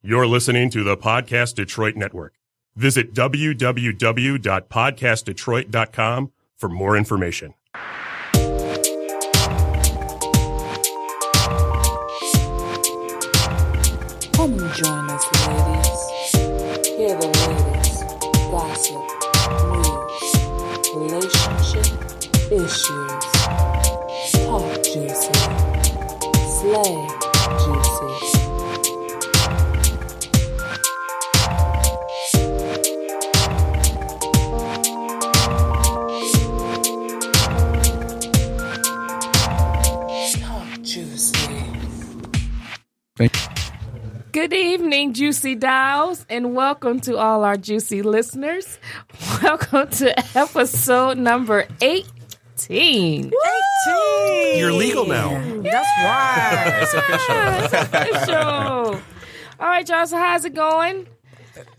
You're listening to the Podcast Detroit Network. Visit www.podcastdetroit.com for more information. Come and join us, ladies. Hear the latest gossip, news, relationship issues. Talk juicy, slay juicy. Talk juicy. Good evening, Juicy Dolls, and welcome to all our juicy listeners. Welcome to episode number 18. You're legal now. That's official. All right, y'all, so how's it going?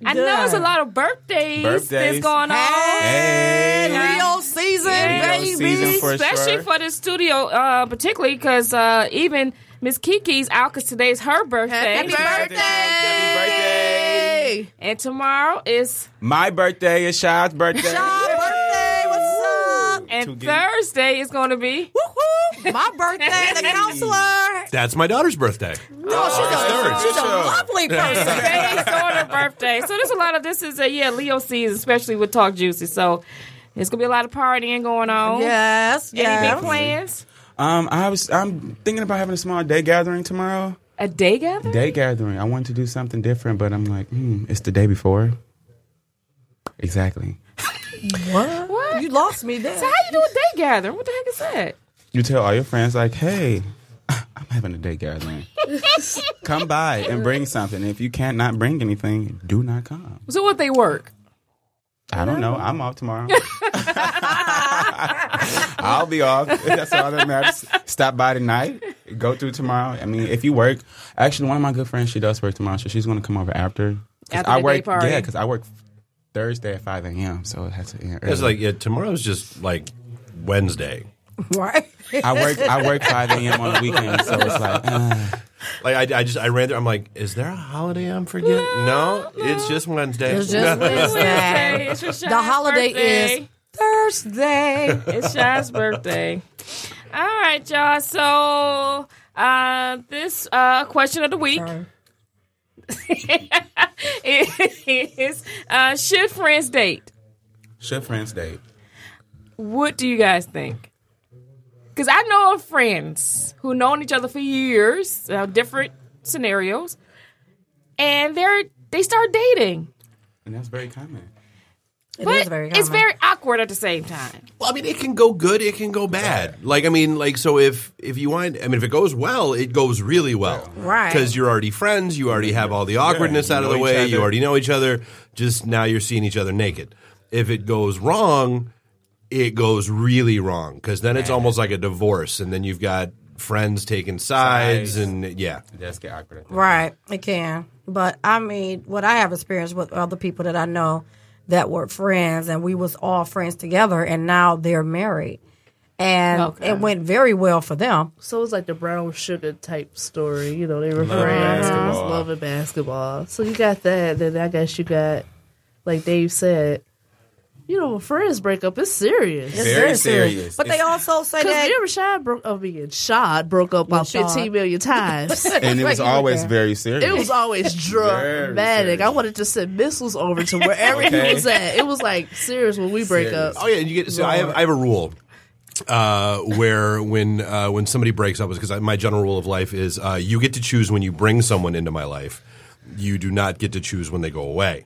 I know it's a lot of birthdays, that's Birthdays. going on. Leo season, Yeah. baby. season for Especially sure. for the studio, uh, particularly because uh, even Miss Kiki's out because today's her birthday. Happy birthday. Happy And tomorrow is My birthday is Shad's birthday. My birthday. What's up? And Two gig. Thursday is going to be. Woo-hoo. My birthday, the counselor. That's my daughter's birthday. No, she's, a, she's a Official. lovely person. Today's daughter's birthday. So there's a lot of this is a yeah Leo season, especially with Talk Juicy. So there's gonna be a lot of partying going on. yes, Any big yes. plans? Um, I was I'm thinking about having a small day gathering tomorrow. A day gathering? Day gathering. I wanted to do something different, but I'm like, hmm, it's the day before. Exactly. What? You lost me there. so how you do a day gathering? What the heck is that? You tell all your friends like, hey, I'm having a day gathering. come by and bring something. If you can't not bring anything, do not come. So what they work? I don't know. I'm off tomorrow. I'll be off. That's all that matters. Stop by tonight. Go through tomorrow. I mean, if you work, actually, one of my good friends, she does work tomorrow, so she's going to come over after. 'Cause After I the day work, party. Yeah, because I work Thursday at 5 a.m., so it has to end early. It's like yeah, tomorrow's just like Wednesday. Right. I work, I work 5 a.m. on the weekend, so it's like, uh, Like I, I just I ran there. I'm like, is there a holiday I'm forgetting? No, it's just Wednesday. It's just Wednesday. Wednesday. It's your The holiday is Thursday. It's Shai's birthday. All right, y'all. So uh, this uh, question of the week is uh, should friends date? should friends date? What do you guys think? Because I know of friends who known each other for years, uh, different scenarios, and they're they start dating. And that's very common. It But is very it's common. very awkward at the same time. Well, I mean, it can go good, it can go bad. Like I mean, like so if if you want, I mean, if it goes well, it goes really well, Right. Because you're already friends, you already have all the awkwardness you out of the know each way, you other. already know each other. Just now you're seeing each other naked. If it goes wrong, it goes really wrong because then it's almost like a divorce, and then you've got friends taking sides, Sides. and yeah. It does get awkward. at the- Right, it can. But I mean, what I have experienced with other people that I know that were friends, and we was all friends together, and now they're married, and Okay. it went very well for them. So it was like the brown sugar type story. You know, they were friends. They was loving basketball. So you got that. Then I guess you got, like Dave said, you know, when friends break up, it's serious. It's Because Very serious. But they also say me that and Rashad broke up being shot, broke up about Rashad. 15 million times. And it was Right, you were always there. very serious. It was always dramatic. serious. I wanted to send missiles over to wherever Okay. he was at. It was like serious when we break Serious. up. Oh yeah, you get. So I have I have a rule. Uh, where when uh, when somebody breaks up is because my general rule of life is uh, you get to choose when you bring someone into my life, you do not get to choose when they go away.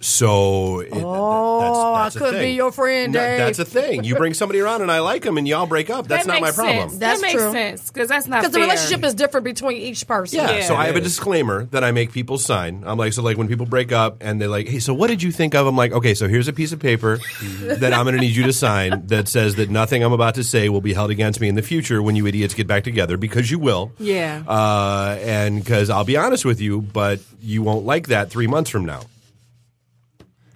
So it, Oh, I a could be thing. your friend, eh? Dave. that's a thing. You bring somebody around and I like them, and y'all break up. That's that not my makes problem. Sense. That's that makes true. sense because that's not because the fair. relationship is different between each person. Yeah, so Yeah. I have a disclaimer that I make people sign. I'm like, so like when people break up and they're like, hey, so what did you think of? I'm like, okay, so here's a piece of paper Mm-hmm. that I'm going to need you to sign that says that nothing I'm about to say will be held against me in the future when you idiots get back together because you will. Yeah. Uh, and because I'll be honest with you, but you won't like that three months from now.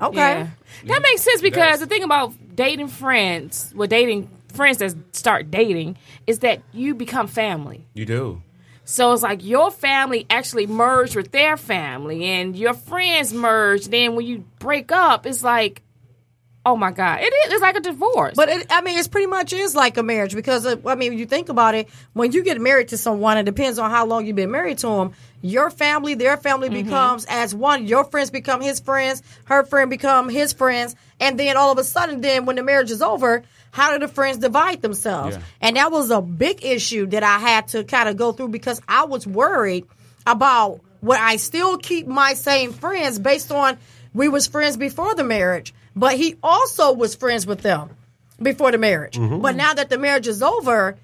Okay. Yeah. That makes sense because the thing about dating friends, well, dating friends that start dating, is that you become family. You do. So it's like your family actually merged with their family and your friends merged. Then when you break up, it's like, oh my God. It is. It's like a divorce. But it, I mean, it's pretty much is like a marriage because uh, I mean, you think about it, when you get married to someone, it depends on how long you've been married to them. Your family, their family becomes as one. Your friends become his friends. Her friend become his friends. And then all of a sudden, then when the marriage is over, how do the friends divide themselves? Yeah. And that was a big issue that I had to kind of go through because I was worried about would I still keep my same friends based on we was friends before the marriage, but he also was friends with them before the marriage. But now that the marriage is over,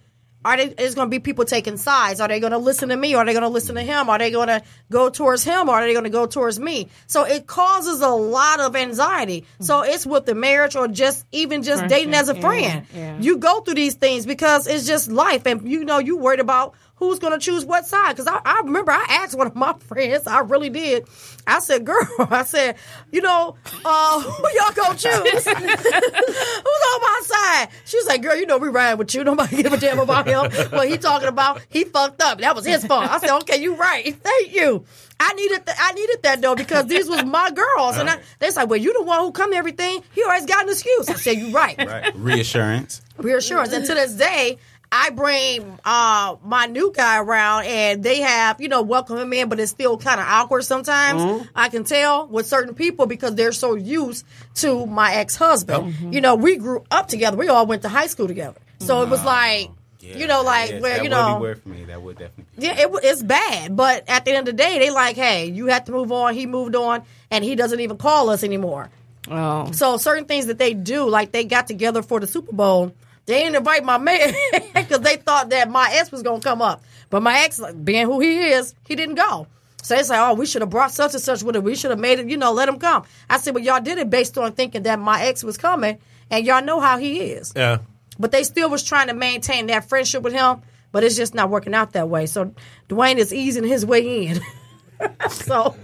are they, is going to be people taking sides? Are they going to listen to me? Are they going to listen to him? Are they going to go towards him? Or are they going to go towards me? So it causes a lot of anxiety. So it's with the marriage or just even just dating as a friend. You go through these things because it's just life, and you know you worried about who's going to choose what side? Because I, I remember I asked one of my friends, I really did. I said, "Girl," I said, "You know, uh, who y'all gonna choose? Who's on my side?" She was like, "Girl, you know we riding with you. Nobody give a damn about him. What he talking about? He fucked up. That was his fault." I said, "Okay, you right. Thank you." I needed th- I needed that though because these was my girls, and I, they said, "Well, you the one who come to everything. He always got an excuse." I said, "You right." Reassurance. reassurance. And to this day, I bring uh, my new guy around, and they have you know welcome him in, but it's still kind of awkward sometimes. Mm-hmm. I can tell with certain people because they're so used to my ex husband. Mm-hmm. You know, we grew up together. We all went to high school together, so it was like. you know, like Yes, where that you would be know, weird for me. That would definitely. Be. yeah, it, wa- it's bad. But at the end of the day, they like, hey, you have to move on. He moved on, and he doesn't even call us anymore. oh. So certain things that they do, like they got together for the Super Bowl, they didn't invite my man because they thought that my ex was gonna come up. But my ex, like, being who he is, he didn't go. So it's like, oh, we should have brought such and such with it. We should have made it, you know, let him come. I said, well, y'all did it based on thinking that my ex was coming, and y'all know how he is. Yeah. But they still was trying to maintain that friendship with him, but it's just not working out that way. So Dwayne is easing his way in. so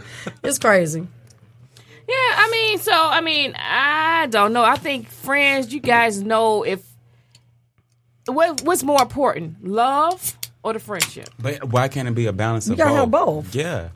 it's crazy. Yeah, I mean, so I mean, I don't know. I think friends, you guys know if what what's more important, love or the friendship. But why can't it be a balance of gotta both? have both. Yeah.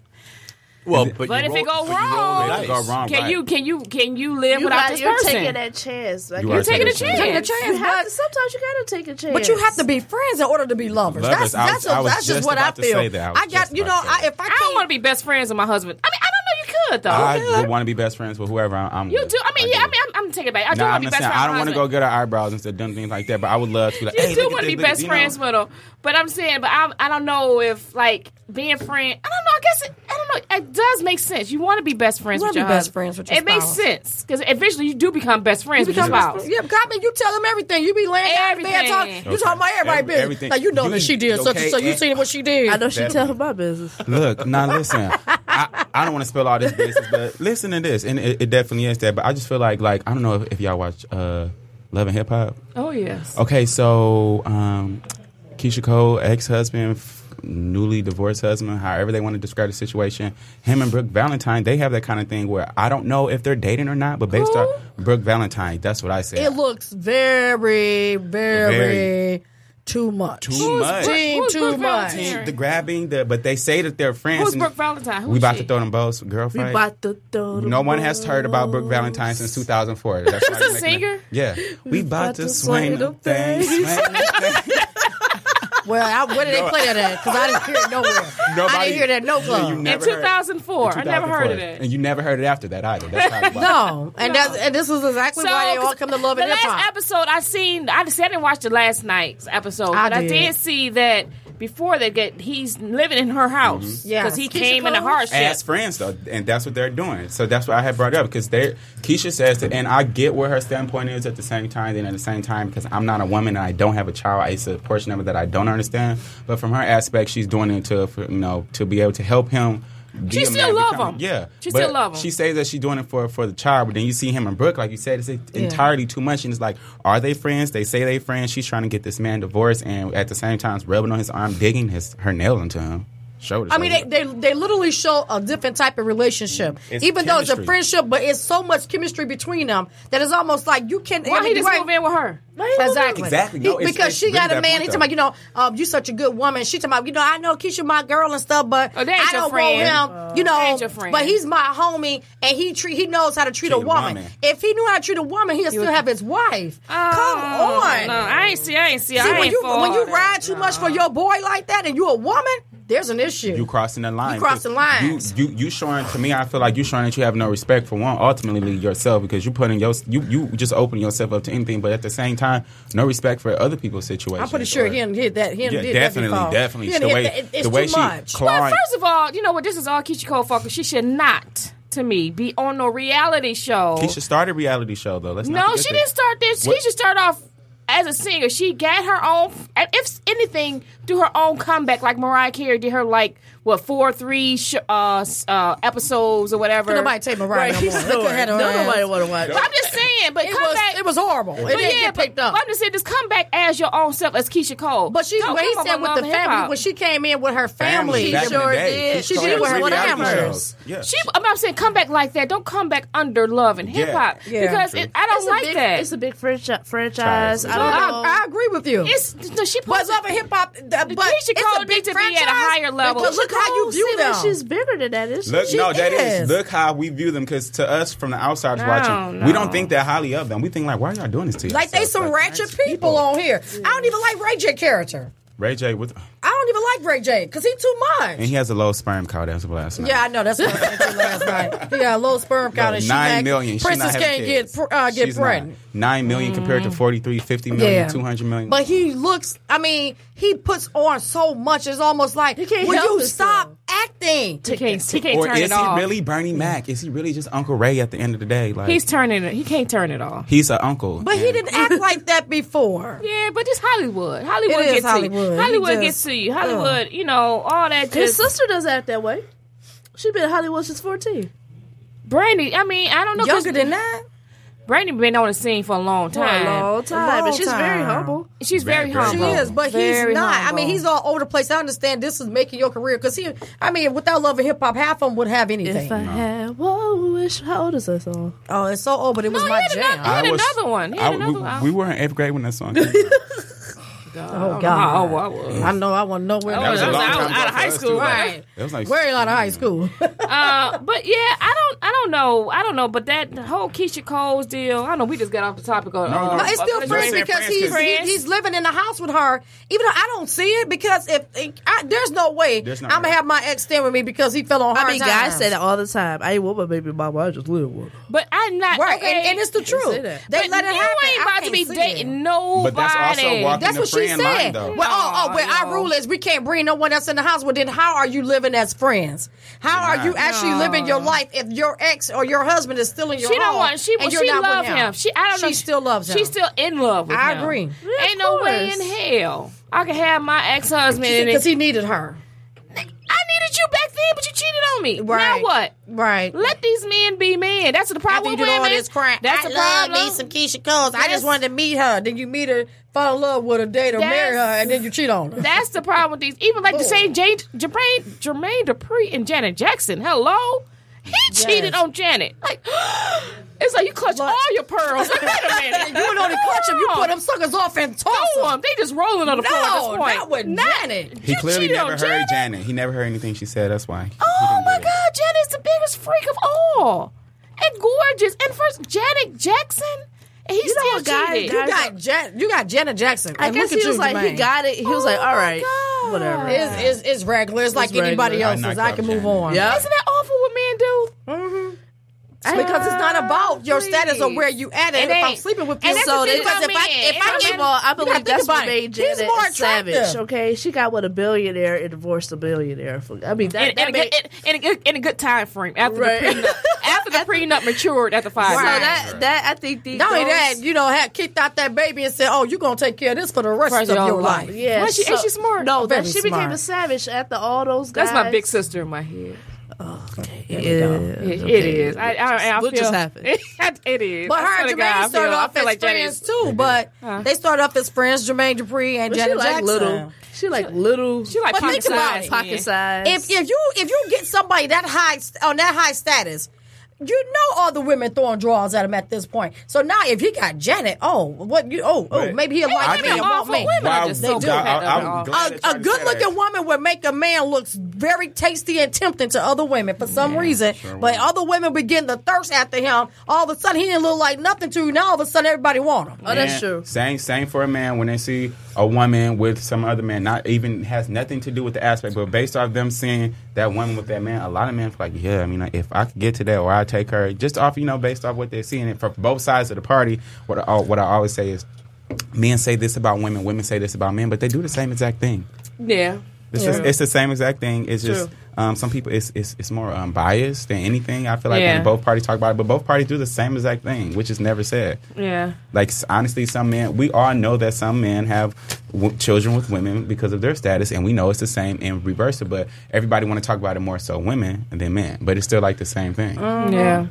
Well, but, But you if it go roll- but you roll wrong, the dice. Go wrong, Can right. you can you can you live You without got, this you're person? taking that chance. Like, You you are taking a chance. Taking a chance, have but to- sometimes you gotta take a chance. But you have to be friends in order to be lovers. Lovers. That's I that's, was- I a, was that's just just what I about to feel. say that. I was I got just you know about to say I, that. if I, I don't can't- want to be best friends with my husband. I mean, I don't know you could though. I would want to be best friends with whoever I'm. I'm you with. do. I mean, yeah. I do. mean, I'm, I'm taking it back. I do Nah, want I'm to be not best saying friends. I with don't my want to husband. go get her eyebrows and stuff, things like that. But I would love to. Be like, You hey, do look at want to this, be look at- best you know. friends with her, but I'm saying, but I, I don't know if like being friend. I don't know. I guess it, I don't know. It does make sense. You want to be best friends. You with wanna your be best husband. friends with your It makes spouse. sense because eventually you do become best friends with your spouse. Yeah, I mean, you tell them everything. You be laying down in bed Everything. talking. You talking about everybody Every- business. everything. Like you know You that she ain't did such okay and such. You at- seen what she did. I know she Definitely. telling my business. Look, now listen. I, I don't want to spill all this business, but listen to this, and it, it definitely is that. But I just feel like, like I don't know if, if y'all watch uh, Love and Hip Hop. Oh yes. Okay, so um, Keisha Cole, ex-husband, f- newly divorced husband, however they want to describe the situation, him and Brooke Valentine, they have that kind of thing where I don't know if they're dating or not, but based on Brooke Valentine, that's what I said. it looks very, very, Very. too much. Too Who's much. Brooke- Team who's too Brooke much. Valentine? the grabbing, the but they say that they're friends. Who's and- Brooke Valentine? Who's we about she? to throw them bows, We girlfriend. bought the throw No one has the heard about Brooke ball. Valentine since 2004. That's why She's a I'm making singer? it- Yeah. We about to swing them things. swing them things. Well, I, where did they play that at? Because I didn't hear it nowhere. I Nobody- didn't hear that no club. You In never heard- 2004, I never heard of 2004. it. And you never heard it after that either. That's how it was. no, and that's and this is exactly why they all come to love the and hip last hop. episode I seen, I just I didn't watch the last night's episode, I but did. I did see that before they get he's living in her house because Yes. he Keisha came in the Cole? hardship. as friends though, and that's what they're doing. So that's what I had brought up because they Keisha says that, and I get where her standpoint is at the same time. And at the same time, because I'm not a woman and I don't have a child, it's a portion of it that I don't understand. But from her aspect, she's doing it to for, you know to be able to help him. be She a still man, love become- him. Yeah, She but still love him. She says that she's doing it for for the child, but then you see him and Brooke, like you said, it's entirely too much. And it's like, are they friends? They say they friends. She's trying to get this man divorced, and at the same time, it's rubbing on his arm, digging his her nail into him. Showed I mean, they, they they literally show a different type of relationship, It's even though it's a chemistry. friendship. But it's so much chemistry between them that it's almost like you can. Why he just right. move in with her? Exactly. Exactly. No, He- it's- because it's she really got a that man. point, He's though. talking about, you know, um, you such a good woman. She talking about, you know, I know Keisha my girl and stuff, but Oh, that ain't I your don't friend. want him. you know, that ain't your friend. but he's my homie, and he treat he knows how to treat, Treat a a woman. woman. If he knew how to treat a woman, he'd still have his wife. Come Oh, on. No, I ain't see. I ain't see. See, I when ain't you for when all you that. ride too much for your boy like that, and you a woman, there's an issue. You crossing the line. You crossing lines. You, you you showing to me. I feel like you showing that you have no respect for one. Ultimately, yourself because you putting your you you just opening yourself up to anything. But at the same time, no respect for other people's situations. I'm pretty sure or- he didn't hit that. He done Yeah, did definitely, that before. definitely. He The done hit way- that- it- it's the way too she much. clawed- Well, Fine. first of all, you know what? This is all Keisha Cole Falker. She should not, to me, be on no reality show. Keisha started a reality show though. Let's not no, forget she that. didn't start this. What- Keisha started off as a singer. She got her own, and if anything, do her own comeback like Mariah Carey did her like what four, three sh- uh, s- uh, episodes or whatever. Don't nobody take Mariah no more. Look at her Don't nobody ass. want to watch. But I'm just saying, but It come was back. it was horrible. It but didn't yeah, get picked but, up. but I'm just saying, just come back as your own self, as Keisha Cole. But she, Don't what he come up said on with Love the and Hip family, Hop. when she came in with her family, Family, back in the day, Keisha She started did with her three reality whatever. shows. Yeah. She, I'm not saying come back like that. Don't come back under love and Yeah. hip hop Yeah. because it, I don't It's a like big- that. It's a big franchi- franchise. I I, don't know. I agree with you. It's no, she but puts love up and hip hop, th- but Keisha it's Cole a big need to be at a franchise, higher level. But look how you Don't view say that them. Oh, She's bigger than that. Is Look, She no, that is. is. look how we view them because to us from the outsiders No, watching, no. we don't think that highly of them. We think like, why are y'all doing this to you? like they some ratchet people, on here. I don't even like Ray J character. Ray J with, I don't even like Ray J because he too much. and he has a low sperm count as of last night. yeah, I know. That's what I said to you last night. Yeah, low sperm count. Look, and she nine like- million. She Princess not having can't kids. get pr- uh, get She's pregnant. not. Nine million Mm-hmm. compared to 43, 50 million, 200 million. But he looks. I mean, he puts on so much. It's almost like You can't will help you yourself. stop acting? He can't, he can't or turn is he it off. really Bernie Mac? Is he really just Uncle Ray at the end of the day? Like He's he's turning it. He can't turn it off. an uncle. But he and didn't act like that before. Yeah, but just Hollywood. Hollywood It is gets to Hollywood. you. Hollywood He just- gets to you. Hollywood, you know, all that. Just his sister does act that way. She been in Hollywood since fourteen. Brandy. I mean, I don't know. 'cause Younger than that. Brandy been on the scene for a long For a time. long time, Long and she's very time. humble. She's very, Very, She humble. is, but Very he's not. humble. I mean, he's all over the place. I understand this is making your career because he. I mean, without love and hip hop, half of them would have anything. If I had one wish, how old is that song? oh, it's so old, but it was No, my he had jam. another- he had another one. He had I- another we, one. we were in eighth grade when that song. Came out. oh Oh, God, well, I was. I know. I want to know where That was a long I was time out ago of for high us, school. too. Right. That was like Way out of high school. Uh, but yeah, I don't, I don't know, I don't know. But that whole Keisha Cole's deal, I don't know. We just got off the topic of. No, uh, no, It's still of- friends saying because friends he's 'cause- he, Friends. he's living in the house with her. Even though I don't see it because if I, there's no way There's no I'm gonna way. have my ex stand with me because he fell on hard I mean, guys say that all the time. I ain't with my baby mama. I just live with. her. But I'm not right, okay. and, and it's the truth. say that. They But let you it happen. ain't I about to can't be see it. dating nobody. But that's also walking That's the what she friend line, said. though. well, oh, oh, well, No. our rule is we can't bring no one else in the house. Well, then how are you living as friends? How are you not. actually living your life if your ex or your husband is still in your She home? don't want. She and she you're not with love him. She I don't know. She still loves him. She's still in love with I him. agree. of Ain't no way in course. hell I could have my ex husband. and because he needed her. I needed you back then, but you cheated on me. Now Right. what? Right. Let these men be men. That's the problem after with you did all women. this crap. That's I the love problem. me some Keisha Coles. I That's- just wanted to meet her. Then you meet her, fall in love with her, date her, marry her, That's- and then you cheat on her. That's the problem with these. Even like the Oh. same Jane, Jermaine, Jermaine Dupri and Janet Jackson. Hello, he cheated on Janet. Like it's like you clutch all your pearls. Like, wait a minute, you would only clutch them. You put them suckers off and toss Throw them. them. They just rolling on the floor at this No, point. not with Janet. he You clearly cheated never on heard Janet? Janet? He never heard anything she said. That's why. Oh my God, Janet's the biggest freak of all, and gorgeous. And first, Janet Jackson, and he You know still what, guys- cheated. You got Jan- you got Janet Jackson. I and guess look at he was you, like, he Jermaine. got it. He was like, Oh my all right, God. whatever. It's, it's, it's regular. It's, like regular. anybody I else's. knocked I up can move Janet. on. Yeah. Isn't that awful what men do? Because it's not about your status or please. where you at. It And if I'm ain't. sleeping with And you, that's the so thing then- because about if I men. It don't if I get matter. First of all, I gotta believe think that's about what it. made He's Janet more a savage. attractive. Okay, she got with a billionaire and divorced a billionaire. I mean, that, in, that in, a made, good, in, in a good in a good time frame after Right. the prenup after the prenup matured after five so Right. years. that that I think these Not only those- that, you know, had kicked out that baby and said, "Oh, you gonna take care of this for the rest of your life." Yeah, Was she- so, is she smart? No, that Very she became smart. a savage after all those guys. That's my big sister in my head. Yeah. It, it is. I, I, I What feel, just happened? it is. But I her swear to and God, I Jermaine feel- started I off feel as like Janet friends is- too, but they started off as friends, Jermaine Dupri and But she Janet like Jackson. little. She like little. She like But pocket think about size. it. man. pocket size. If if you if you get somebody that high st- on that high status, you know all the women throwing draws at him at this point. So now if he got Janet, oh what you oh oh Right. maybe he'll like me women and are want for me. women. Wow, just so God, bad I, at all. am glad A, that a you good said looking that. woman would make a man look very tasty and tempting to other women for some reason. but other women begin to thirst after him. All of a sudden, he didn't look like nothing to you. Now all of a sudden, everybody want him. oh, that's And true. Same, same for a man when they see a woman with some other man, not even has nothing to do with the aspect, but based off them seeing that woman with that man, a lot of men feel like, yeah, I mean, like, if I could get to that or I take her, just off, you know, based off what they're seeing it from both sides of the party. What I, what I always say is, men say this about women, women say this about men, but they do the same exact thing. Yeah. It's just, it's the same exact thing. It's just um, some people. It's it's, it's more um, biased than anything. I feel like Yeah. when both parties talk about it, but both parties do the same exact thing, which is never said. Yeah. Like s- honestly, some men. We all know that some men have w- children with women because of their status, and we know it's the same in reverse. But everybody want to talk about it more so women than men, but it's still like the same thing. Mm, Yeah.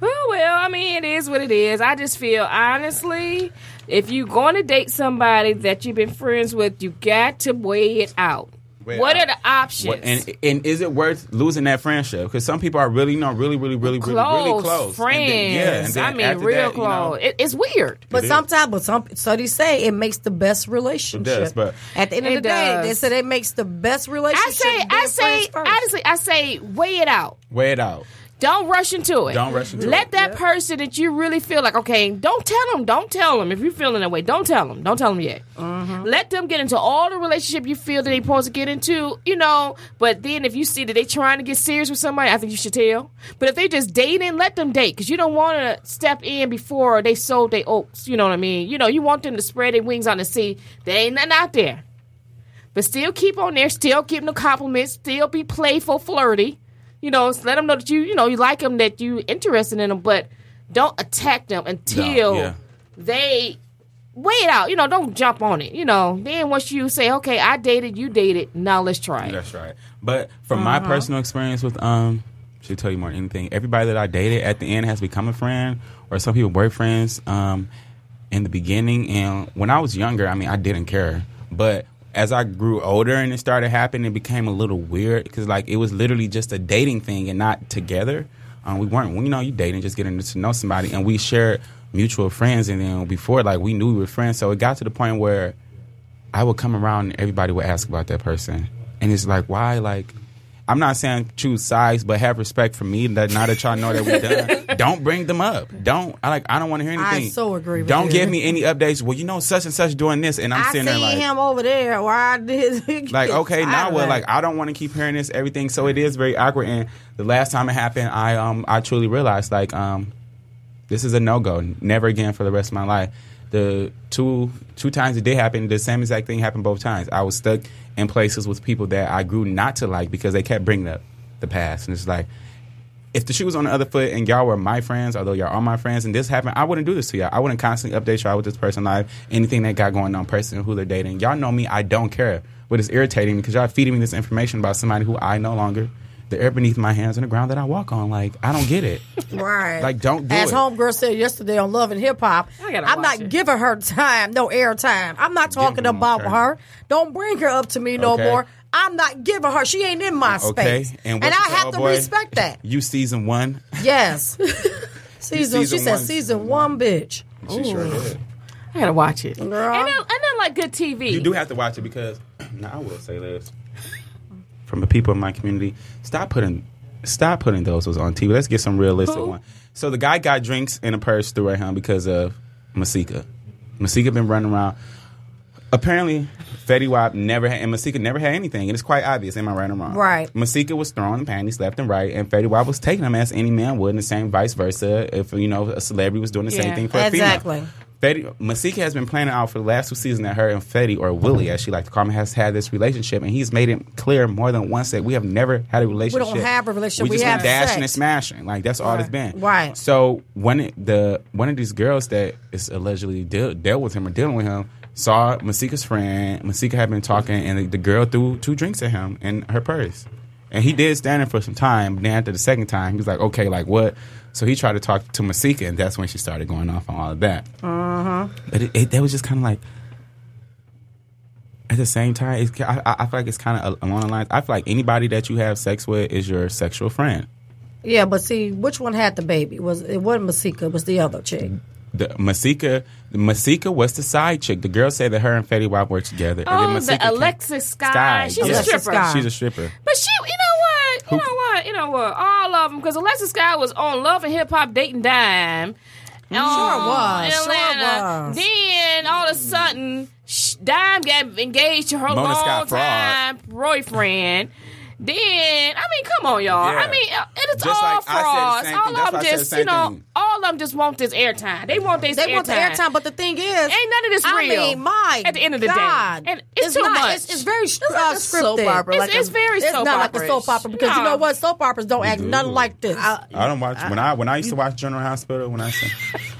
Well, Oh, well, I mean, it is what it is. I just feel honestly, if you're going to date somebody that you've been friends with, you got to weigh it out. Weigh it what out. are the options? What- and and is it worth losing that friendship? Because some people are really, you know, really, really, really, really, really close friends. And then- yeah, and then I mean, after real that, you close. know, it, it's weird. But is. sometimes, but some studies say it makes the best relationship. does, but- at the end of It the day, they does. said it makes the best relationship. I say, being I say, friends first. honestly, I say, weigh it out. weigh it out. Don't rush into it. Don't rush into Let it. that person that you really feel like, okay, don't tell them. Don't tell them. If you're feeling that way, don't tell them. Don't tell them yet. Let them get into all the relationship you feel that they're supposed to get into, you know. But then if you see that they're trying to get serious with somebody, I think you should tell. But if they just dating, let them date because you don't want to step in before they sold their oats. You know what I mean? You know, you want them to spread their wings on the sea. There ain't nothing out there. But still keep on there, still give them the compliments, still be playful, flirty you know, let them know that you, you know, you like them, that you interested in them, but don't attack them until yeah. they weigh it out. You know, don't jump on it. You know, then once you say, okay, I dated, you dated, now let's try it. That's right. But from my personal experience with um, should tell you more than anything. Everybody that I dated at the end has become a friend, or some people were friends um, in the beginning. And when I was younger, I mean, I didn't care, but. As I grew older and it started happening, it became a little weird because like it was literally just a dating thing and not together. Um, we weren't, you know, you dating, just getting to know somebody, and we shared mutual friends. And then before, like we knew we were friends, so it got to the point where I would come around and everybody would ask about that person. And it's like, why? Like, I'm not saying choose sides, but have respect for me. That now that y'all know that we're done, don't bring them up. Don't. I like. I don't want to hear I anything. so agree with don't you. give me any updates. Well, you know, such and such doing this, and I'm I sitting there seen like, him over there, or I did. like okay now we're what like i don't want to keep hearing this everything so it is very awkward and the last time it happened i um i truly realized like um this is a no-go never again for the rest of my life the two two times it did happen the same exact thing happened both times i was stuck in places with people that i grew not to like because they kept bringing up the past and it's like if the shoe was on the other foot and y'all were my friends, although y'all are my friends, and this happened, I wouldn't do this to y'all. I wouldn't constantly update y'all with this person live, anything they got going on, person who they're dating. Y'all know me, I don't care. But it's irritating because y'all feeding me this information about somebody who I no longer, the air beneath my hands and the ground that I walk on. Like, I don't get it. Right. Like, don't do As it. homegirl said yesterday on Love and Hip Hop, I gotta I'm watch not it. giving her time, no air time. I'm not talking Giving her about time. her. Don't bring her up to me no Okay. more. I'm not giving her. She ain't in my Okay. space. And And, what I you have told to boy- respect that. You season one. Yes. season, season she said one. season one, bitch. She sure did. I gotta watch it. And Girl. then, and then like good TV. You do have to watch it because now I will say this from the people in my community: stop putting, stop putting those was on TV. Let's get some realistic one. So the guy got drinks in a purse through at him because of Masika. Masika been running around. Apparently, Fetty Wap never had, and Masika never had anything, and it's quite obvious. Am I right or wrong? Right. Masika was throwing panties left and right, and Fetty Wap was taking them as any man would, and the same vice versa. If you know a celebrity was doing the same Yeah. thing for a Exactly. female. Fetty, Masika has been planning out for the last two seasons that her and Fetty, or Willie as she likes to call him, has had this relationship, and he's made it clear more than once that we have never had a relationship. have a relationship. We We just have been dashing sex. and smashing. Like that's all it's been. Right. So one of the one of these girls that is allegedly deal, dealt with him or dealing with him saw Masika's friend. Masika had been talking, and the, the girl threw two drinks at him in her purse. And he did stand in for some time. But then after the second time, he was like, "Okay, like what?" So he tried to talk to Masika, and that's when she started going off on all of that. But it, it, that was just kind of like, at the same time, it's, I, I I feel like it's kind of along the lines. I feel like anybody that you have sex with is your sexual friend. Yeah, but see, which one had the baby? Was it wasn't Masika? It was the other chick? The Masika, the Masika was the side chick. The girl said that her and Fetty Wap worked together. and then Oh, Masika the came- Alexis Sky. Sky, She's yes. a stripper. Alexis Sky. She's a stripper. But she, you know what? You Who- know what? You know what? All of them, because Alexis Sky was on Love and Hip Hop Date and Dime. Sure Mm. was, sure Atlanta. was. Then all of a sudden, sh- Dime got engaged to her Mona Scott longtime boyfriend. Then I mean, come on, y'all. Yeah. I mean, uh, and it's Just all like I said the frauds. same All thing. That's of why I said them the just, same you know, thing. all of them just want this airtime. They want this. They want the airtime, but the thing is, Ain't none of this I real. mean, my At the end of the day. God. And it's too not, much. It's, it's very stri- It's like uh, a scripted. soap opera, It's- like a- it's very It's soap not like a opera-ish. Uh, soap opera because you No. know what? Soap operas don't act do. nothing like this. I don't watch when I when I used to watch General Hospital when I used to,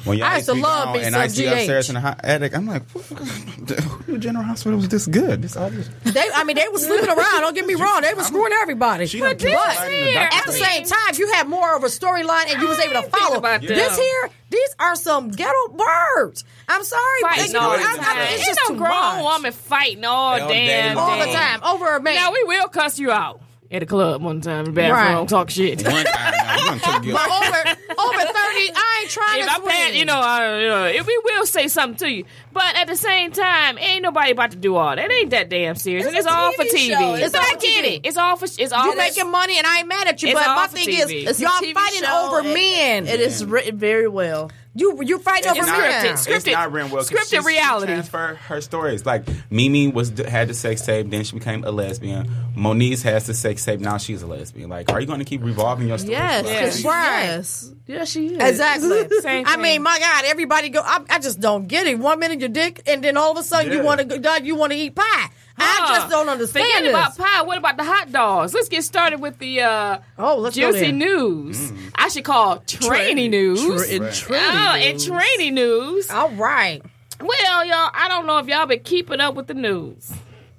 when y'all I used to be love gone me and some I used to be GH. upstairs in the hot attic. I'm like, what, who knew General Hospital was this good? This all this. they, I mean, they were sleeping around. Don't get me wrong. They were screwing everybody. She But done killed somebody in the at here, doctor the I room. same time, if you had more of a storyline and you was able to ain't thinking follow about this them. here. These are some ghetto birds. I'm sorry, but fighting you know, all what? the I, I mean, time. it's Ain't just no too grown much. woman fighting all, All damn day day. long. all the time Oh, over a man. Now we will cuss you out at a club one time in the bathroom, Right. talk shit. if One time, now, you done took your- But over over thirty, I ain't trying to I swing. pat, you know, I, you know, if we will say something to you, but at the same time, ain't nobody about to do all that. Ain't that damn serious? It's and it's a all TV for TV. show. It's but all I for get TV. it. It's all for. It's all. You that- making money, and I ain't mad at you. It's But all my for thing TV. is, It's a y'all TV fighting show, over and- men. It is written very well. you you fighting over It's men. scripted. It's not written well. 'cause scripted she- she reality. Transfer her stories. Like Mimi was had the sex tape, then she became a lesbian. Moniz has the sex tape, now she's a lesbian. Like, are you going to keep revolving your story? Yes, Like, Yes. yes, Right. yes, yes, she is Uh-uh. Exactly. Same I thing. mean, my God, everybody go. I, I just don't get it. One minute you dick, and then all of a sudden you Yeah. want to God, you want to eat pie. Huh. I just don't understand Forget this. about pie. What about the hot dogs? Let's get started with the uh, Oh, let's go juicy there. news. I should call trainy news. Mm. Tra- oh, and Trinity and trainy news. All right. Well, y'all, I don't know if y'all been keeping up with the news,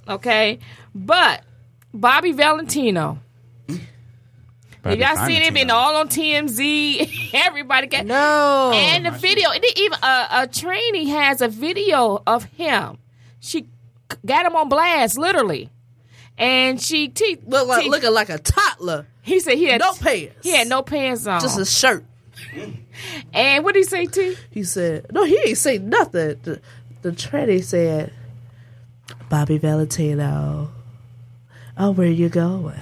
okay? But Bobby Valentino, Bobby y'all seen Valentino. him been all on TMZ. Everybody got No. and the video. And they even uh, a trainee has a video of him. She c- got him on blast, literally, and she te- look like, te- looking like a toddler. He said he had No pants. He had no pants on. Just a shirt. and what did he say? T. He said, "No, he ain't say nothing." The, the tranny said, "Bobby Valentino, oh, where you going?"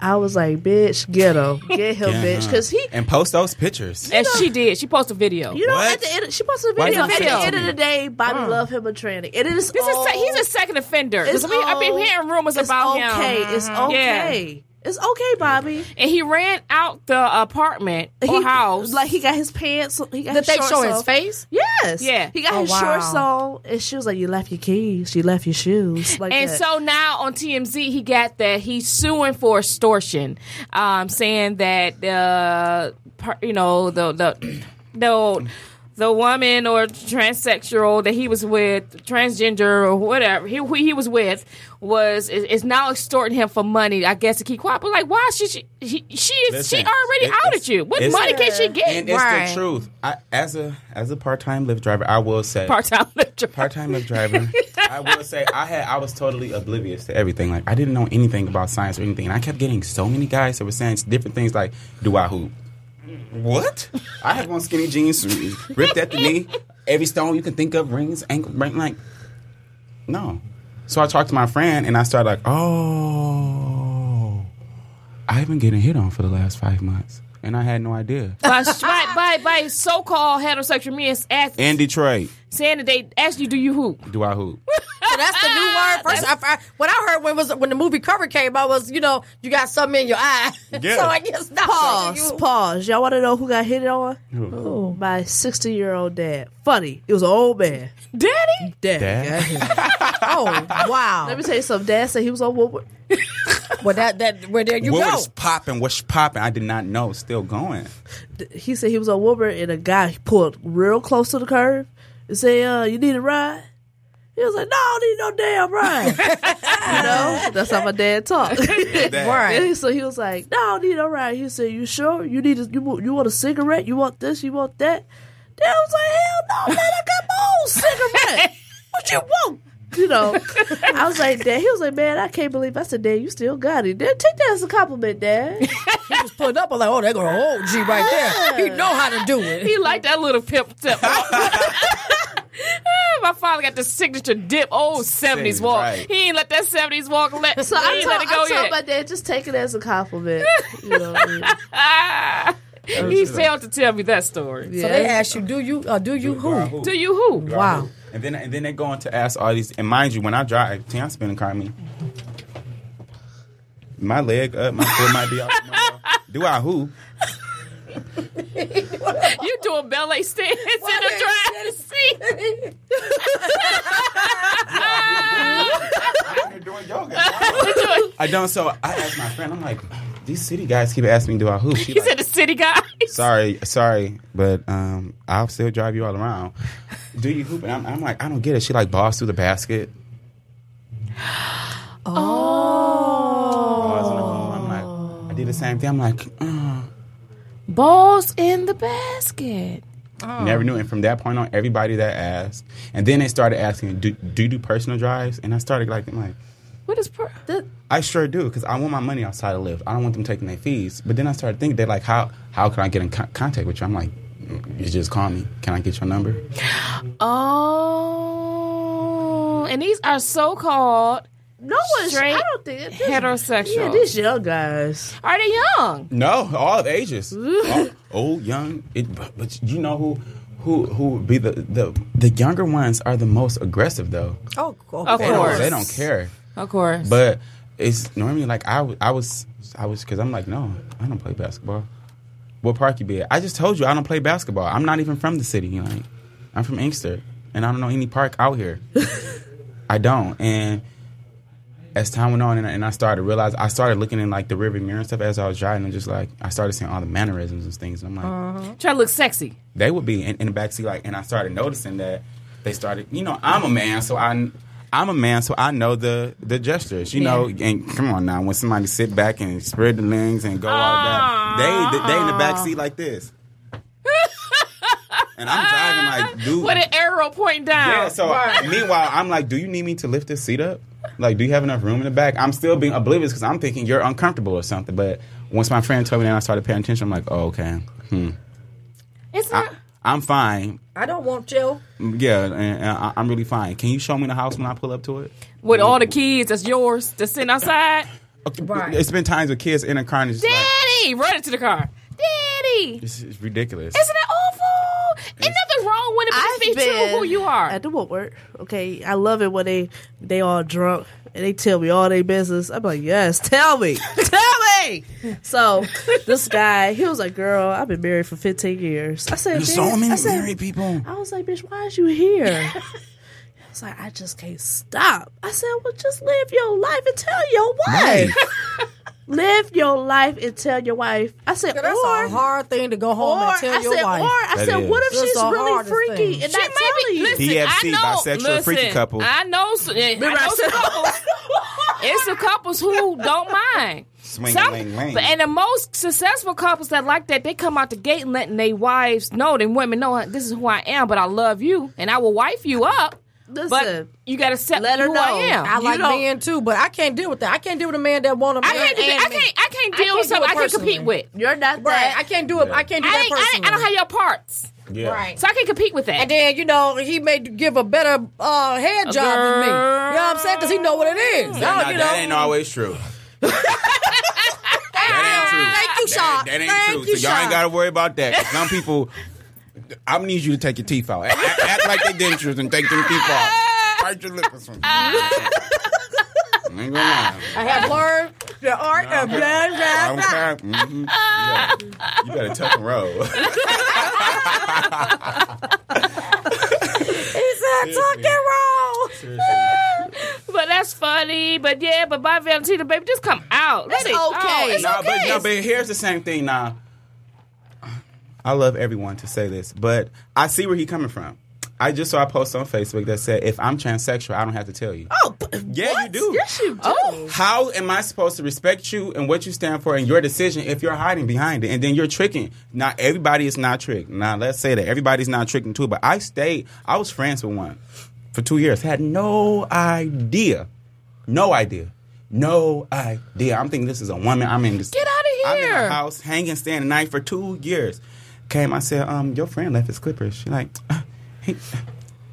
I was like, "Bitch, get him, get him, Yeah, bitch," huh. because he, and post those pictures. And she did. She posted a video. you know, What? at the end, she posted a Why video. you At the send it end to of me? the day, Bobby love him a tranny. It is. This is all, se- he's a second offender. Oh. it's 'Cause we- I've been all- hearing rumors it's about him. okay. It's okay. It's okay, Bobby. and he ran out the apartment or he, house. Like he got his pants. He got Did his they shorts show his off. face? Yes. Yeah. He got Oh, his wow. shorts on, and she was like, "You left your keys. You left your shoes." Like and that. so now on TMZ, he got that he's suing for extortion, um, saying that uh, per, you know the the the the woman or transsexual that he was with, transgender or whatever he who he was with was is, is now extorting him for money. I guess to keep quiet, but like why should she she she, is, she Listen, already it- out it's- at you? What it's- money can she get? And it's Right. the truth. I, as a as a part time Lyft driver, I will say Part time part time Lyft driver. I will say I had I was totally oblivious to everything. Like I didn't know anything about science or anything, and I kept getting so many guys that were saying different things. Like, do I hoop? What? I have on skinny jeans, ripped at the knee. Every stone you can think of, rings, ankle, ring, like no. So I talked to my friend, and I started like, oh, I've been getting hit on for the last five months, and I had no idea. by by, by, by so called heterosexual men as, In Detroit, saying that they ask you, do you hoop? do I hoop? So that's the new word. First, I, I, what I heard when was when the movie cover came out was you know you got something in your eye. Yeah. so I guess no. Pause, pause. Y'all want to know who got hit on? Ooh, my 60 year old dad. Funny. It was an old man. Daddy? Dad. Dad? got hit on. Oh Let wow. me tell you something. Dad said he was on Woodward. well, that that well, there you what go. was popping? What's popping? I did not know. It's still going. He said he was on Woodward, and a guy pulled real close to the curve and said, uh, You need a ride? He was like, No, I don't need no damn ride. you know? That's how my dad talked. Right. And so he was like, "No, I don't need no ride." He said, "You sure? You need? A, you wa- you want a cigarette? You want this? You want that?" Then I was like, "Hell no, man! I got my own cigarette. what you want?" you know, I was like, Dad. He was like, man, I can't believe. I said, Dad, you still got it. Dad, take that as a compliment, Dad. Just pulled up. I'm like, oh, they got an old G right there. He know how to do it. He liked that little pimp tip. My father got the signature dip old seventies walk. right. He ain't let that seventies walk let, So he I ain't told, let it go I told yet. my dad, just take it as a compliment. You know, what I mean? Ah, he failed to tell me that story. yeah. So they asked you, do you uh, or do you who? Who? Do you who? Wow. And then and then they go on to ask all these. And mind you, when I drive, Tiana spinning car me. My leg up, my foot might be out. the window. Do I who? You doing ballet stance in a drive seat? You're doing yoga. I don't. So I asked my friend. I'm like, these city guys keep asking me, do I who? She He like, said the city guy. sorry, sorry, but um, I'll still drive you all around. Do you hoop? And I'm, I'm like, I don't get it. She like balls through the basket. Oh. I'm like, I did the same thing. I'm like, uh, Balls in the basket. never knew. And from that point on, everybody that asked, and then they started asking, do do you do personal drives? And I started like, I'm like, What is per- I sure do because I want my money outside of Lyft. I don't want them taking their fees. But then I started thinking, they're like, how how can I get in con- contact with you? I'm like, "Mm, you just call me. Can I get your number? Oh, and these are so called. no one's. Straight I don't think this- heterosexual. Yeah, these young guys. Are they young? No, all ages, all, old, young. It, but, but you know who who who would be the, the the younger ones are the most aggressive though. Oh, cool. Of They don't, course. they don't care. Of course. But it's normally like I, w- I was I was because I'm like no, I don't play basketball. What park you be at? I just told you I don't play basketball. I'm not even from the city. Like I'm from Inkster, and I don't know any park out here. I don't. And as time went on, and, I- and I started to realize, I started looking in like the river mirror and stuff as I was driving, and just like I started seeing all the mannerisms and things. And I'm like, Try to look sexy. they would be in, in the backseat like and i started noticing that they started you know i'm a man so i I'm a man, so I know the the gestures, you know. And come on now, when somebody sit back and spread the legs and go all that, they they in the back seat like this, and I'm driving like, dude. With an arrow pointing down. yeah. So meanwhile, I'm like, do you need me to lift this seat up? Like, do you have enough room in the back? I'm still being oblivious because I'm thinking you're uncomfortable or something. But once my friend told me that, I started paying attention. I'm like, oh okay, hmm. it's I, not. I'm fine. I don't want you. Yeah, and, and I, I'm really fine. Can you show me the house when I pull up to it? With all the kids that's yours that's sitting outside. Okay, Right. It's been times with kids in a car and it's just like, Daddy! Run into the car. Daddy! this is ridiculous. Isn't that awful? Ain't nothing wrong with it, but just be true to who you are. At the Woodward. Okay, I love it when they they all drunk and they tell me all their business. I'm like, yes, tell me, tell me. So this guy, he was like, girl, I've been married for 15 years. I said, There's so "Bitch," many I said, married people. I was like, bitch, why is you here? I was like, I just can't stop. I said, well, just live your life and tell your wife. live your life and tell your wife. I said, That's or a hard thing to go home or and tell I your said, wife. or I That said, is. what if That's she's the really hardest freaky thing. and She not might telling be. you? Listen, DFC, I know, bisexual, freaky listen, couple. I know. s- I know I some said- couples. it's the couples who don't mind. Swing, ling, ling. But and the most successful couples that like that, they come out the gate letting their wives know, them women know this is who I am, but I love you and I will wife you up. but Listen. you got to accept Let her who I know. am. I You like don't- men too, but I can't deal with that. I can't deal with a man that want a man I can't, and I me. can't. I can't deal can't with do something it I can compete personally. with. You're not Right, that. I can't do it. I can't do I, that ain't, I, personally. ain't, I don't have your parts, Yeah. Right. so I can't compete with that. And then you know he may give a better uh, head job than me. You know what I'm saying? Because he know what it is. That, Y'all, not- you know. that ain't always true. that Thank you, ain't true. That, Shaw. that ain't Thank true. you, so y'all Shaw. ain't got to worry about that. 'Cause Some people, I'm gonna need you to take your teeth out. Act, act- act like they dentures and take them teeth off. Bite your lip or something. ain't gonna lie. I have learned the art of blah, blah, blah. Okay. Mhm. Yeah. You better tuck and roll. He said, "Tuck and roll." But that's funny. But yeah, but by Valentina, baby, just come out. Let It's it go. okay. It's Nah, but okay. no, but here's the same thing now. I love everyone to say this, but I see where he coming from. I just saw a post on Facebook that said, "If I'm transsexual, I don't have to tell you." Oh, but- yeah, you do. Oh. Yes, you do. How am I supposed to respect you and what you stand for and your decision if you're hiding behind it and then you're tricking? Not everybody is not tricked. Now let's say that everybody's not tricking too, but I stayed. I was friends with one for two years. Had no idea. No idea. No idea. I'm thinking this is a woman. I'm in this. Get outta I'm in here. a house, hanging, staying the night for two years. Came, I said, um, your friend left his clippers. She like, uh, he,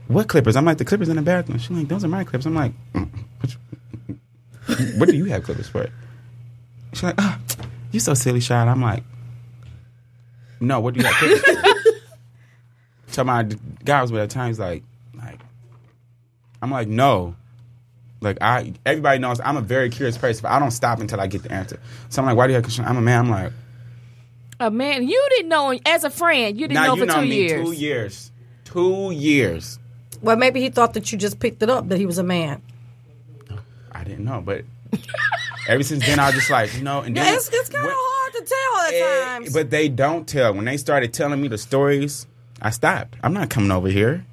what clippers? I'm like, the clippers in the bathroom. She like, those are my clippers. I'm like, "Mm, what, you- what do you have clippers for? She's like, ah, you so silly, shot. I'm like, no, what do you have clippers for? Tell my the guy I was with at the time. He's like, like, I'm like, no. Like I, everybody knows I'm a very curious person, but I don't stop until I get the answer. So I'm like, why do you have? Questions? I'm a man. I'm like, A man you didn't know as a friend. You didn't now know you for know two me years. two years, two years. Well, maybe he thought that you just picked it up that he was a man. I didn't know, but ever since then I was just like, you know. And then It's, it's kind of when- hard to tell at Eh, times. But they don't tell. When they started telling me the stories, I stopped. I'm not coming over here.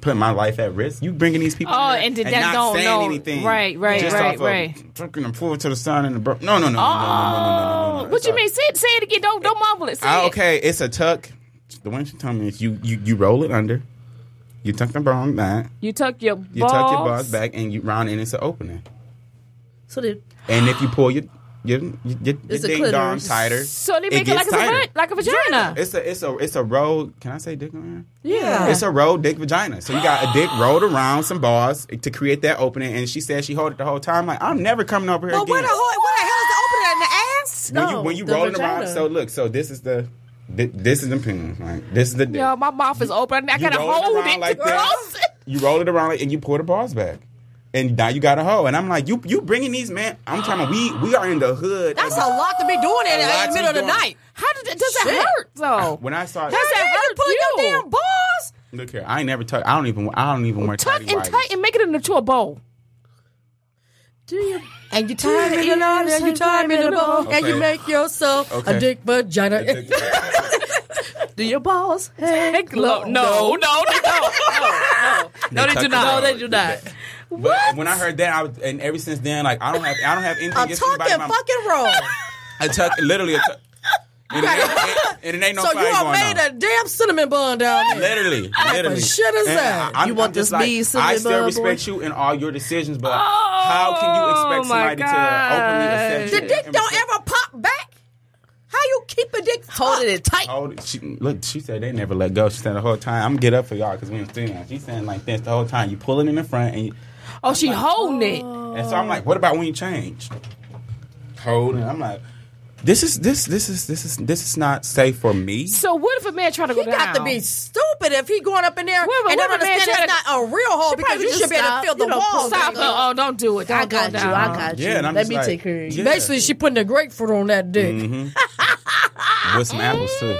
Putting my life at risk. You bringing these people Oh, in here and did and that not don't saying know. anything. Right, right, Just right, off right. Of drinking and pull to the sun and the bro- no, no, no, no, no, no, no, no, no, no, Oh, no. what you Sorry. mean? Say it, say it again. Don't don't mumble it. Say Ah, it. okay, it's a tuck. The one she told me is you you you roll it under, you tuck the bra back, You tuck your balls. you tuck your balls back, and you round and it's an opening. So they And if you pull your your your, your It's a ding dong clitoris. tighter, So they make it, gets like it's a tighter. vag- like a vagina. It's a it's a it's a rolled. Can I say dick on here? yeah. It's a rolled dick vagina. So you got a dick rolled around some bars to create that opening. And she said she held it the whole time. Like I'm never coming over here but where again. the, whole, where the hell is the opening in the ass? when No, you when you the roll it vagina. around. So look. So this is the thi- this is the penis. Like this is the dick. Yo, my mouth is open. I You gotta roll it hold around it like to that. close it. you roll it around like, and you pull the bars back. And now you got a hoe. And I'm like, you you bringing these man? I'm trying to. We we are in the hood. That's a lot to be doing in, lot to in the be middle of the doing. night. How did it, does it Shit. hurt though? When I saw Does that Hey, you hurt pull you? your damn balls. Look here, I ain't never tuck. I don't even. I don't even wear Tuck tighty and whities. tight and make it into a bowl. do your And you tie me, you know, and you tie me to the ball, and you Okay. make yourself Okay. a dick vagina. do your balls. Hey, No, no, no, no, no, no. No, they tuck do it not. out. No, they do not. But when I heard that, I was, and ever since then, like I don't have, I don't have anything. A against talking anybody, but I'm- fucking roll. I tuck literally. A tuck. And, it ain't, and it ain't no so you fight are going made on. a damn cinnamon bun down there. Literally, literally. shit is And that? I'm- You want I'm just this like, beef, I cinnamon bun still respect you and all your decisions, but how Oh, can you expect my somebody to openly accept The you? dick and don't respect- ever pop back. How you keep a dick holding it tight. Oh, she, look, she said they never let go. She said the whole time, "I'm gonna get up for y'all because we ain't stealing." She's saying like this the whole time. You pulling in the front, and, you, Oh, she oh. holding it. and so I'm like, "What about when you change?" Holding, I'm like, "This is this this is this is this is not safe for me." So what if a man try to go He down? got to be stupid if he going up in there Whoa, but and what don't if a man understand try it's to- not a real hole because probably you just should be able to stop, feel the you know, wall. Stop. baby. Oh, don't do it. Don't I got go you. down. I got you. Yeah, and I'm Let just me like, take care of yeah. you. Basically, she putting a grapefruit on that dick. Mm-hmm. with some apples too.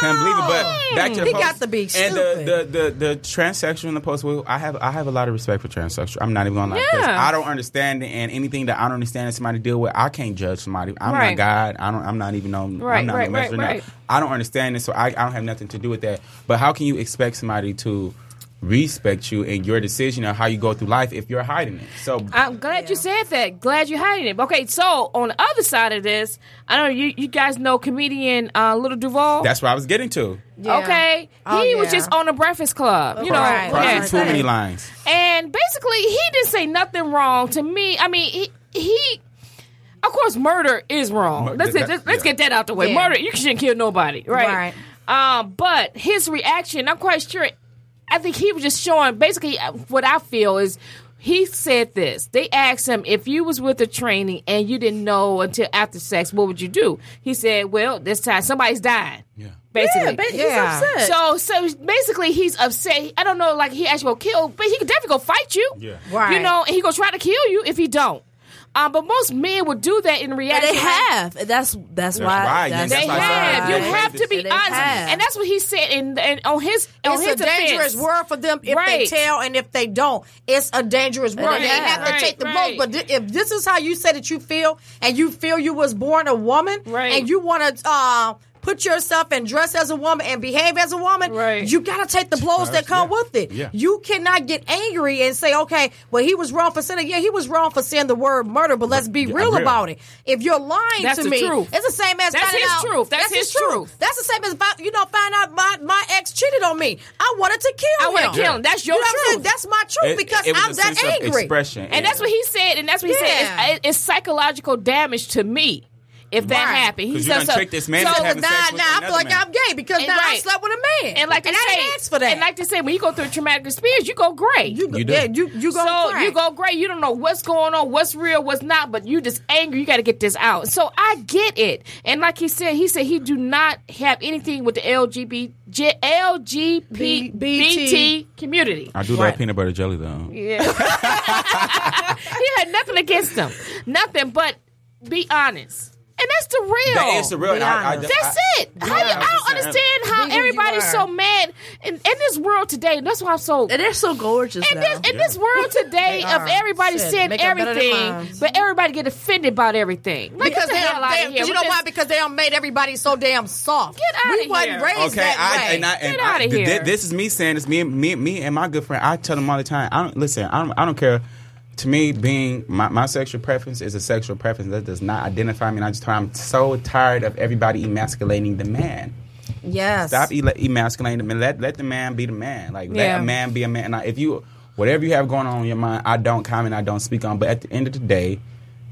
Can't believe it, but back to the He post. got to be and stupid. the the, the the transsexual in the post. Well, I have I have a lot of respect for transsexual. I'm not even gonna lie. 'cause Yeah. I don't understand it, and anything that I don't understand that somebody deal with, I can't judge somebody. I'm not Right. God. I don't. I'm not even on. Right, I'm not right, no right, messenger now. right. I don't understand this, so I, I don't have nothing to do with that. But how can you expect somebody to respect you and your decision on how you go through life if you're hiding it? So I'm glad you said that. Glad you hiding it. Okay, so on the other side of this, I know you you guys know comedian uh, Little Duval. that's what I was getting to. Okay, Oh, he was yeah. just on the Breakfast Club, you know, Right. yeah. Crossing too many lines. and basically he didn't say nothing wrong to me. I mean, he, he of course, murder is Mur- wrong. Let's that- get, let's, that- let's yeah. get that out the way. Yeah. Murder, you shouldn't kill nobody, right? Right. Um, but his reaction, I'm quite sure. I think he was just showing basically uh, what I feel is. He said this. They asked him if you was with the training and you didn't know until after sex, what would you do? He said, "Well, this time somebody's dying." Yeah. Basically. Yeah, but he's Yeah. upset. So, so basically, he's upset. I don't know, like he actually gonna kill, but he could definitely go fight you. Yeah, Right. You know, and he gonna try to kill you if he don't. Um, but most men would do that in And reality. they have. And that's that's why. why, That's yeah, They why have. I- You I- have to be They honest, have. and that's what he said. And and on his on It's his a Oh, dangerous defense. word for them if Right. they tell and if they don't. It's a dangerous word. They yeah. have to Right, take the right. blows. But thi- if this is how you say that you feel and you feel you was born a woman Right. and you want to uh, put yourself and dress as a woman and behave as a woman, Right. you got to take the blows that come with it. Yeah. You cannot get angry and say, okay, well, he was wrong for saying, yeah, he was wrong for saying the word murder, but let's be real real. about it. If you're lying That's to the me, truth. it's the same as That's finding his out- truth. That's his truth. That's the same as, if I, you know, find out my, my ex cheated on me. I wanted to kill I him. wanna kill him. That's your You know what I'm truth. saying? That's my truth It- because it was I'm a that sense of angry. Expression. And that's what he said, and that's what he Yeah. said. It's, it's psychological damage to me if that Right. happened. He 'Cause you said done so- tricked this man so- into Now, having now sex with I another feel like man. I'm gay because And now I right. slept with a man, And like they I say, didn't ask for that. And like they say, when you go through a traumatic experience, you go gray. you, yeah, you you go so crack. you go gray. You don't know what's going on, what's real, what's not. But you just angry. You got to get this out. So I get it. And like he said, he said he do not have anything with the LGBT B- LGBT BT. community. I do like peanut butter jelly though. He had nothing against them, nothing. But be honest, and that's the real. That is the real. and I, I, honest. That's I- it. How you- Yeah, I don't I'm just understand how Be who you everybody's are. so mad in, in this world today. That's why I'm so. And they're so gorgeous in now. this, in this world today of everybody Shit, saying make 'em better than everything, moms. but everybody get offended about everything. Like, because get the they, hell out they of here. you We know just- why? Because they don't made everybody so damn soft. Get outta We wasn't here. raised Okay, that I, way. and I, and Get I- outta th- here. this is me saying this. Me, and- me, me, and my good friend. I tell them all the time. I don't listen. I don't. I don't care. To me, being my, my sexual preference is a sexual preference that does not identify me. And I just, I'm so tired of everybody emasculating the man. yes. Stop el- emasculating the man. Let let the man be the man. Like let Yeah. a man be a man. And I- if you whatever you have going on in your mind, I don't comment. I don't speak on. But at the end of the day,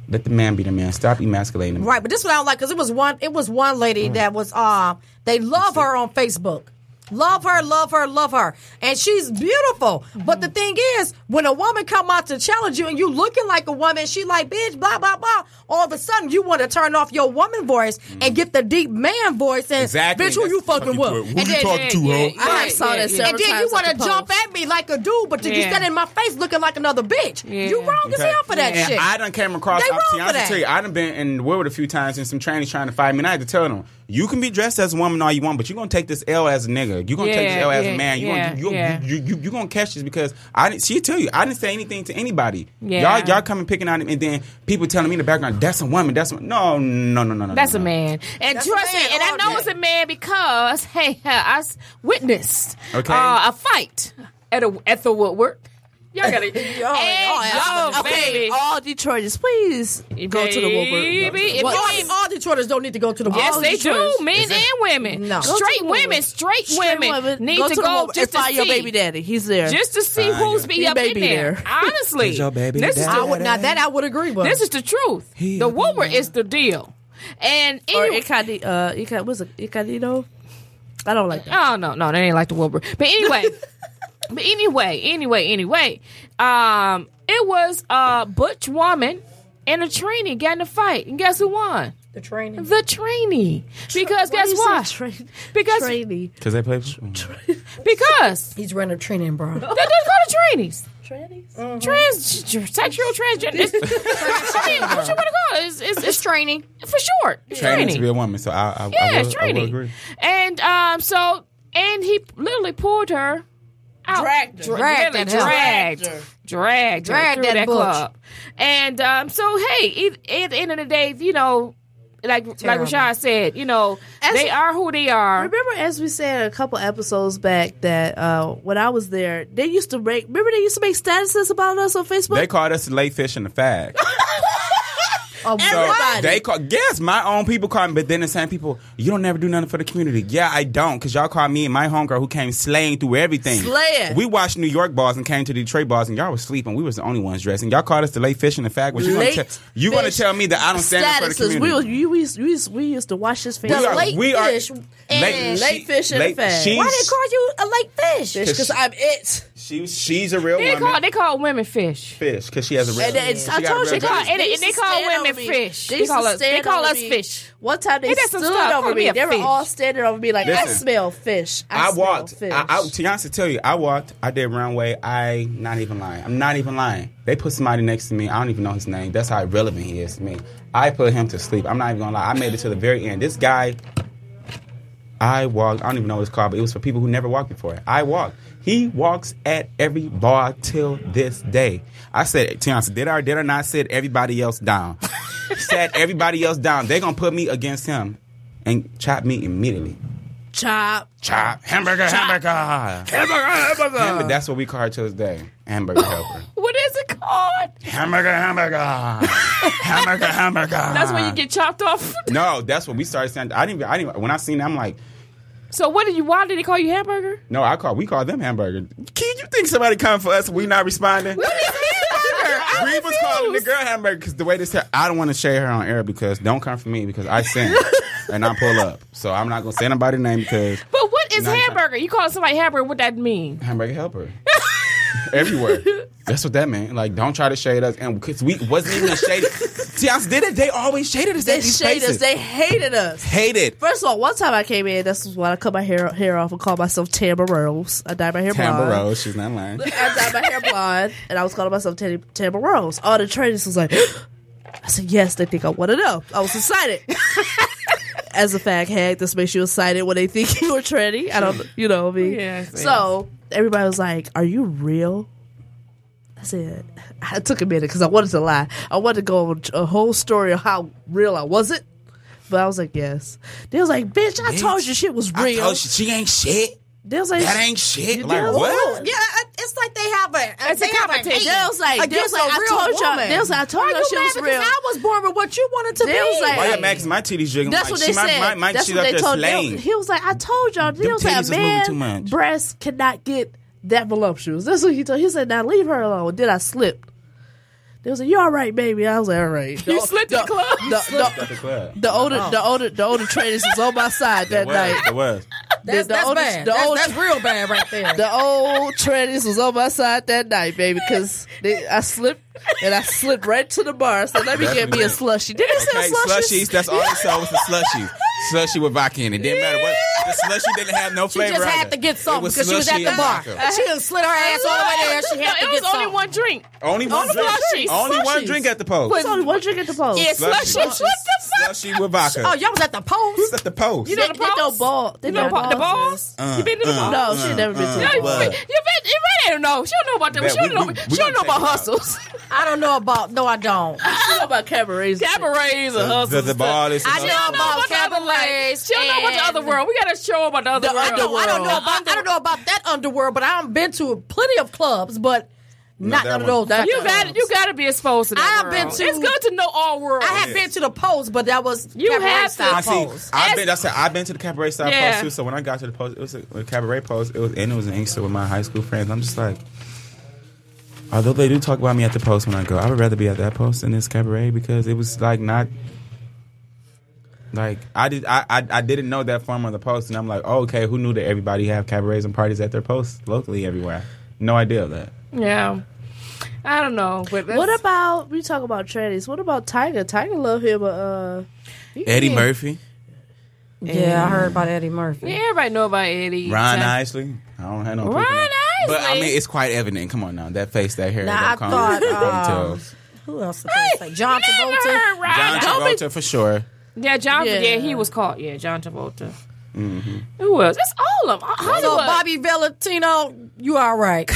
let the man be the man. Stop emasculating. Him. Right, but this one I don't like because it was one. It was one Mm. lady that was. Uh, they love her on Facebook. Love her, love her, love her, and she's beautiful. Mm-hmm. But the thing is, when a woman come out to challenge you and you looking like a woman, she like bitch, blah blah blah. All of a sudden, you want to turn off your woman voice and get the deep man voice and Mm. Exactly. bitch, who That's you the fucking fucking with? word. Who And you then- talking to, yeah, hoe? yeah, I yeah, yeah, saw that yeah. several and then you times want at to the jump polls. at me like a dude, but then you Yeah. stand in my face looking like another bitch. You Yeah. wrong as Okay. hell for that and shit. I done came across. They I'm wrong to for that. tell you, I done been in the world a few times, and some trannies trying to fight me. And I had to tell them, you can be dressed as a woman all you want, but you're gonna take this L as a nigga. You're gonna take this Yeah, L as yeah, a man. You're yeah, gonna you, yeah. you, you, you gonna catch this because I didn't. She tell you, I didn't say anything to anybody. Yeah. Y'all y'all coming picking on him, and then people telling me in the background, that's a woman. That's a, no no no no no. That's no, a no. man, and That's a trust me, man and I all know day. it's a man because hey, I s- witnessed Okay. uh, a fight at a at the Woodward. Y'all gotta, Y'all- y'all- and, oh, okay, baby, All Detroiters, please go to the Wilbur. Baby, if Well, you all, ain't- all Detroiters don't need to go to the Yes, all they Detroiters- do. Men and women, No. Go to straight the women, Woodward. straight, Straight women, need to the go Wilbur just and to find your see. baby daddy. He's there. just to see Find who's your- be He up may in be there. there. Honestly, Is your baby this is daddy? I the, would not that I would agree with. this is the truth. He the up in Woodward there. is the deal, and or anyway- Icardi, uh, Icardi, what's it? Icardi, I don't like that. Oh no, no, that ain't like the Wilbur. But anyway, but anyway, anyway, anyway, um, it was a butch woman and a trainee got in a fight, and guess who won? the training. The trainee, because Why guess you say what? Train, Because- trainee. Cause they play. because He's running a training, bro. they just call the trainees. Trannies? Mm-hmm. Trans, sexual transgender. It's, I mean, what you want to call it? It's, it's, it's training. for short. It's Training to trainee. be a woman, so I, I, Yeah, I, it's will, I will training. agree. And um, so and he literally pulled her out, Dragged her. Dra- Dragged literally that hell. dragged, Dragged her. dragged, her Dragged through that that, butch. club. And um, so hey, at, at the end of the day, you know, like Terrible. like Rashad said, you know, As- they are who they are. Remember, as we said a couple episodes back, that uh, when I was there, they used to make. Remember, they used to make statuses about us on Facebook. They called us the late fish and the fag. Of So everybody. they call yes, my own people call me, but then the same people, you don't never do nothing for the community. Yeah, I don't, cause y'all call me and my homegirl who came slaying through everything. Slaying. We watched New York balls and came to Detroit balls, and y'all was sleeping. We was the only ones dressing. Y'all called us the late fish and the fag. But you gonna Late tell you gonna fish tell me that I don't stand up for the statuses. community? we, was- you- we, used- we, used- we used to watch this The Facebook. We are- late we are- fish and Late- late fish and late- the fag. she- why they call you a late fish? because I'm it. She she's a real They woman. call they call women fish. fish, cause she has a real. And then it's, I she got a told you, real They call, body. and, and used they to call stand women over me. fish. They They, used call to us they stand call over us me. fish. One time they Ain't that some stood stuff? Call over me me. a They were fish. all standing over me like, I Listen. smell fish. I, I smell walked. Fish. I, I, to be honest, to tell you, I walked. I did runway. I not even lying. I'm not even lying. They put somebody next to me. I don't even know his name. That's how irrelevant he is to me. I put him to sleep. I'm not even gonna lie. I made it to the very end. This guy, I walked. I don't even know what it's called, but it was for people who never walked before. I walked. He walks at every bar till this day. I said, Tianca, did I or did I not sit everybody else down? sat everybody else down. They're gonna put me against him. and chop meat immediately. Chop. Chop hamburger, hamburger, hamburger, hamburger. that's what we call her to this day. Hamburger helper. What is it called? hamburger, hamburger, hamburger, hamburger. That's Uh. when you get chopped off. No, that's what we started saying. I didn't. I didn't. When I seen, it, I'm like, so what did you? Why did they call you hamburger? no, I call. We call them hamburger. Kid, you think somebody come for us? We not responding. We was calling the girl hamburger because the way they said, I don't want to share her on air because don't come for me because I sin and I pull up. So I'm not gonna say nobody's name because But what is Nine times. hamburger? You call somebody hamburger? What that mean? hamburger helper. Everywhere. That's what that meant. Like, don't try to shade us, and because we wasn't even shaded. See, I did it. They always shaded us. at They these shade places. us. They hated us. hated. First of all, one time I came in, this is when I cut my hair hair off and called myself Tamara Rose. I dyed my hair Tamara blonde. Rose, she's not lying. I dyed my hair blonde, and I was calling myself Tam- Tamara Rose. All the trainers was like, I said, yes, they think I want to know. I was excited. As a fag hag, this makes you excited when they think you are tranny. I don't, you know me. Yes, yes. so everybody was like, "Are you real?" I said, I took a minute because I wanted to lie. I wanted to go on a whole story of how real I wasn't. But I was like, yes. They was like, bitch, I told you shit was real. she ain't shit. They was like, That ain't shit. You Like do? what? Yeah, I- it's like they have a. It's a they have competition. hate They was like, they was against like, a I real told y'all, woman. they was like, I told Why y'all you shit mad was because real. I was born with what you wanted to They be. was like- Why Hey. y'all max my titties jiggling? That's like, what she they my, said. My, my That's she what up they there told slaying. them. He was like, I told y'all. He Them was like, titties a is moving man, too much. breasts cannot get that voluptuous. That's what he told. He said, now leave her alone. Then I slipped. They was like, you all right, baby? I was like, all right. You slipped the club? The, the, At the club. the older, the older, the older trainers was on my side that It was. night. It was. The, That's, the that's oldest- bad. the That's, oldest- that's real bad right there. The old trainers was on my side that night, baby, because I slipped and I slipped right to the bar. So let me get me a slushy. Did they Okay, say slushies? slushies. That's all they sold was the slushies. Slushy with vodka in it. Didn't matter what. The slushy didn't have no she flavor. just had either. to get It something because she was at slushy the and bar. vodka. She done slid her ass all the way there. She had to No, it get was only something. one drink. Only one drink. slushies. Only one Slushies. drink at the post. There's only one drink at the post. Yeah, slushy. Slushy. Slushy with vodka. Oh, y'all was at the Who's post. at the post? You know the They balls. don't ball. They You know don't the ba- the balls. you been to the Uh, balls? No, she never been to No, the you, ball. been, you been, you really don't know. She don't know about them. Bet She don't we- know. we- we she don't gonna know about check it out. hustles, I don't know about. No, I don't. She know about cabarets. cabarets, and hustles. The, the bar is. I know She don't know about about the other life. cabarets. She don't know about the and- other world. We got a show about the other The world. underworld. I don't know about. Under- I don't know about that underworld, but I've been to plenty of clubs, but not that none of one. those. fucking You got you clubs. got to be exposed to that. I have world. been to- It's good to know all worlds. I have been to the post, but that was You cabaret have to. style I see. post. I've been. I said I've been to the cabaret style Yeah. post too. So when I got to the post, it was a, a cabaret post. It was and it was an Inkster with my high school friends. I'm just like, although they do talk about me at the post when I go, I would rather be at that post than this cabaret because it was like not. Like I did, I, I I didn't know that form of the post, and I'm like, oh, okay, who knew that everybody have cabarets and parties at their posts locally everywhere? No idea of that. Yeah. I don't know. But that's- What about we talk about trannies? What about Tiger? Tiger love him, but uh, he- Eddie he- Murphy, Yeah, I heard about Eddie Murphy. Yeah, everybody know about Eddie. Ron Isley. I don't have no. Ron people know. but I Isley? mean, it's quite evident. Come on now, that face, that hair, Nah, I that thought, that um, details. Who else? Did I say? John Never heard Travolta. Ron John Don't be- Travolta for sure. Yeah, John. Yeah. Yeah. he was caught. Yeah, John Travolta. Mm-hmm. Who else? It's all of them. Hollywood. So Bobby Valentino, you all right?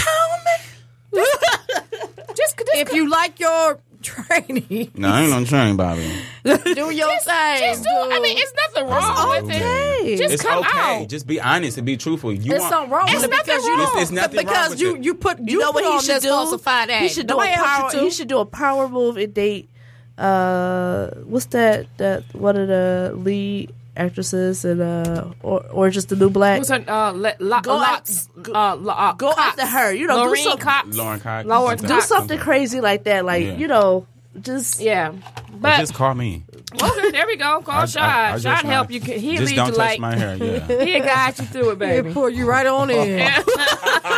Just, just If you like your training, No, I ain't no train, Bobby. do your thing. just do. I mean, it's nothing wrong with it. Just It's come okay. out. Just be honest and be truthful. You It's want, something wrong It's with it nothing because you wrong. don't- There's nothing wrong because with you it. you put you, You know put what he on should this do? falsified act. He should do Nobody a else power. should do. He should do a power move and date. Uh, what's that? That one of the lead actresses and uh, or or just the new black. What's her? Uh, Le, La, Go Lots, after- uh, La, uh, go Cox. after her. You know, do Lorraine something- Cox. Lauren Cox. Lauren something. do Cox. something crazy like that. Like Yeah. you know, just Yeah, Or but Just call me. okay, there we go. Call Sean. just Sean not- Oh, help you. He lead Just you don't touch like my hair. Yeah. he'll guide you through it, They baby. pull you right on in.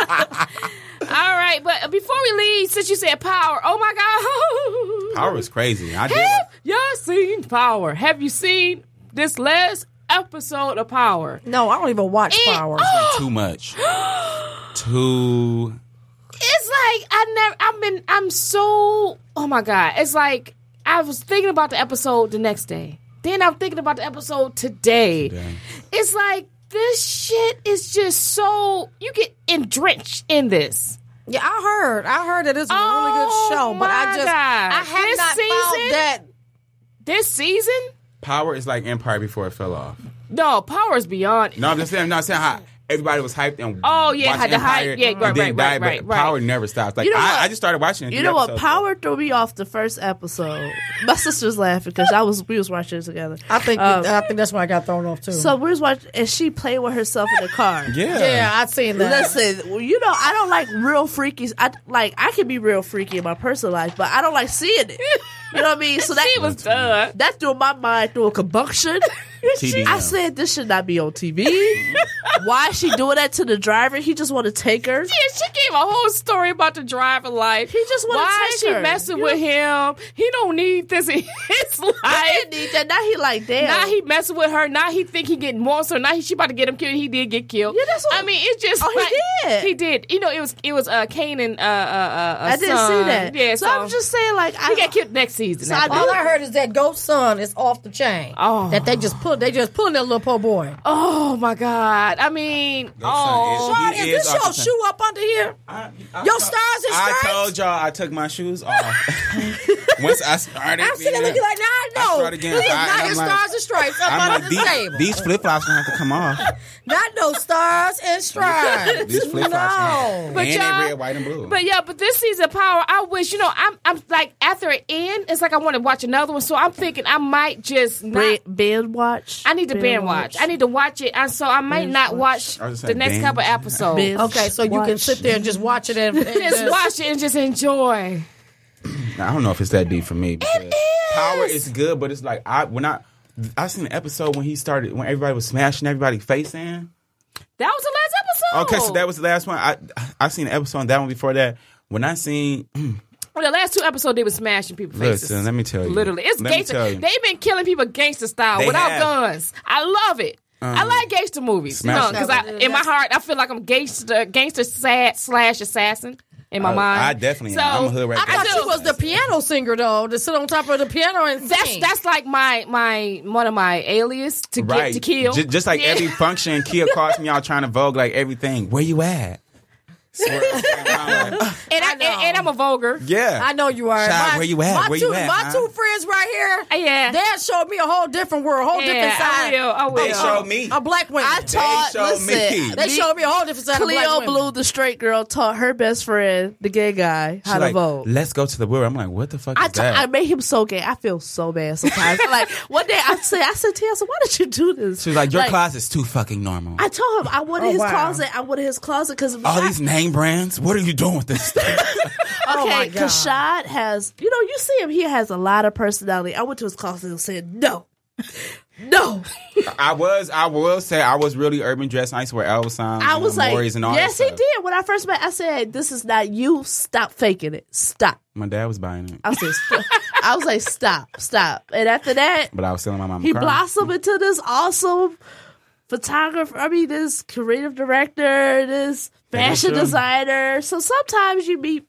All right, but before we leave, since you said power, oh my God. Power is crazy. I did. Have y'all seen Power? Have you seen this last episode of Power? No, I don't even watch It- Power. too much. too. It's like I never. I've been. I'm so. Oh my God. It's like I was thinking about the episode the next day. Then I'm thinking about the episode today. It's like this shit is just so. You get drenched in this. Yeah, I heard. I heard that it's a really Oh good show, but I my just God. I have This not season? found that this season Power is like Empire before it fell off. No, power is beyond. No, I'm just saying. I'm not saying how everybody was hyped and Oh, yeah, watched had the hype. Empire Yeah, and right, then right, died, right, but right, Power right. never stops. Like You know I, what? I just started watching. it You three know what? episodes Power threw me off the first episode. My sister's laughing because I was we was watching it together. I think Um, I think that's why I got thrown off too. so we was watching, and she played with herself in the car. ago. Yeah. yeah, I seen that. Listen, well, you know I don't like real freaky. I like I can be real freaky in my personal life, but I don't like seeing it. You know what I mean? So that She was done. that threw my mind through a combustion. TDM. I said this should not be on TV. Why is she doing that to the driver? He just want to take her. Yeah, she gave a whole story about the driving life. He just wanna Why take is she her. messing You with him? He don't need this in his I life. didn't need that. Now he like damn. Now he messing with her. Now he think he getting more. So now he, she about to get him killed. He did get killed. Yeah, that's what- I mean. It's just Oh, he like- did. He did. You know, it was it was uh, Canaan. Uh, uh, uh, uh, I didn't see son. that. Yeah, so, I was just saying like he I got killed next season. So I All I heard is that Ghost Son is off the chain. Oh. That they just pull, they just pulling that little poor boy. oh my god. I mean, oh, son is He this is off your the chain. shoe up under here? I, I Your told- stars and I stripes? told y'all I took my shoes off. Once I started, I'm sitting there yeah. looking like, now I I know. started getting These hot, and not I'm his like- stars and stripes up I'm under like, the these, table. these flip flops gonna have to come off. Not no stars and stripes. These flip flops, no. But and they y'all- red, white, and blue. But yeah, but this season of Power, I wish you know I'm I'm like after it end, it's like I want to watch another one. So I'm thinking I might just not. Ben, ben watch. I need to Ben binge watch. I need to watch it, and so I might Binge not watch, I was the gonna say next binge. couple episodes. Binge. Okay, so you can Watch. sit there and just watch it and, and Just watch it and just enjoy. Now, I don't know if it's that deep for me. Because Power is good, but it's like I when I I seen an episode when he started when everybody was smashing everybody face in. That was the last episode. Okay, so that was the last one. I I seen an episode on that one before that. When I seen Well, the last two episodes they were smashing people faces. listen, let me tell you. Literally, it's Let me gangster. tell you. They've been killing people gangster style They without have. Um, guns. I love it. I like gangster movies, you know, Smash because them. I, in my heart, I feel like I'm gangster, gangster sad slash assassin in my Oh, mind. I definitely so, am. I'm a hood rat I I gangster. thought do. you was the piano singer though, to sit on top of the piano and That's sing. that's like my my one of my alias to right get to kill. Ju- Just, like Yeah. every function, Kia calls me out trying to vogue like everything. Where you at? Swear to God. and, I, know. and, and I'm a vulgar. yeah, I know you are. Child, my, where you at? My Where two, you at, my huh? two friends right here. Yeah. Dad showed me a whole different world, a whole different I side. will. I will. They showed me. A black woman. I taught. showed me. listen, they showed me a whole different side. of Cleo black women. Blue, the straight girl, taught her best friend, the gay guy, She how to like, vote. Let's go to the world. I'm like, what the fuck I is that? t- I made him so gay. I feel so bad sometimes. like one day, I said, I said, Taylor, why did you do this? She was like, your closet's too fucking normal. I told him I wanted Oh, his wow. closet. I wanted his closet because All these name brands. What are you doing with this stuff? Oh, my Okay, God. Kashad has, you know, you see him. He has a lot of personality. I went to his closet and said, "No, no." I was, I will say, I was really urban dressed. I used to wear Elvis signs. I and was like, Lori's and all "Yes, that he stuff. did." When I first met, I said, "This is not you. Stop faking it. Stop." My dad was buying it, I said, "Stop." "I was like, stop, stop." And after that, but I was selling my mom. he crying. blossomed into this awesome photographer. I mean, this creative director, this fashion sure. designer. So sometimes you meet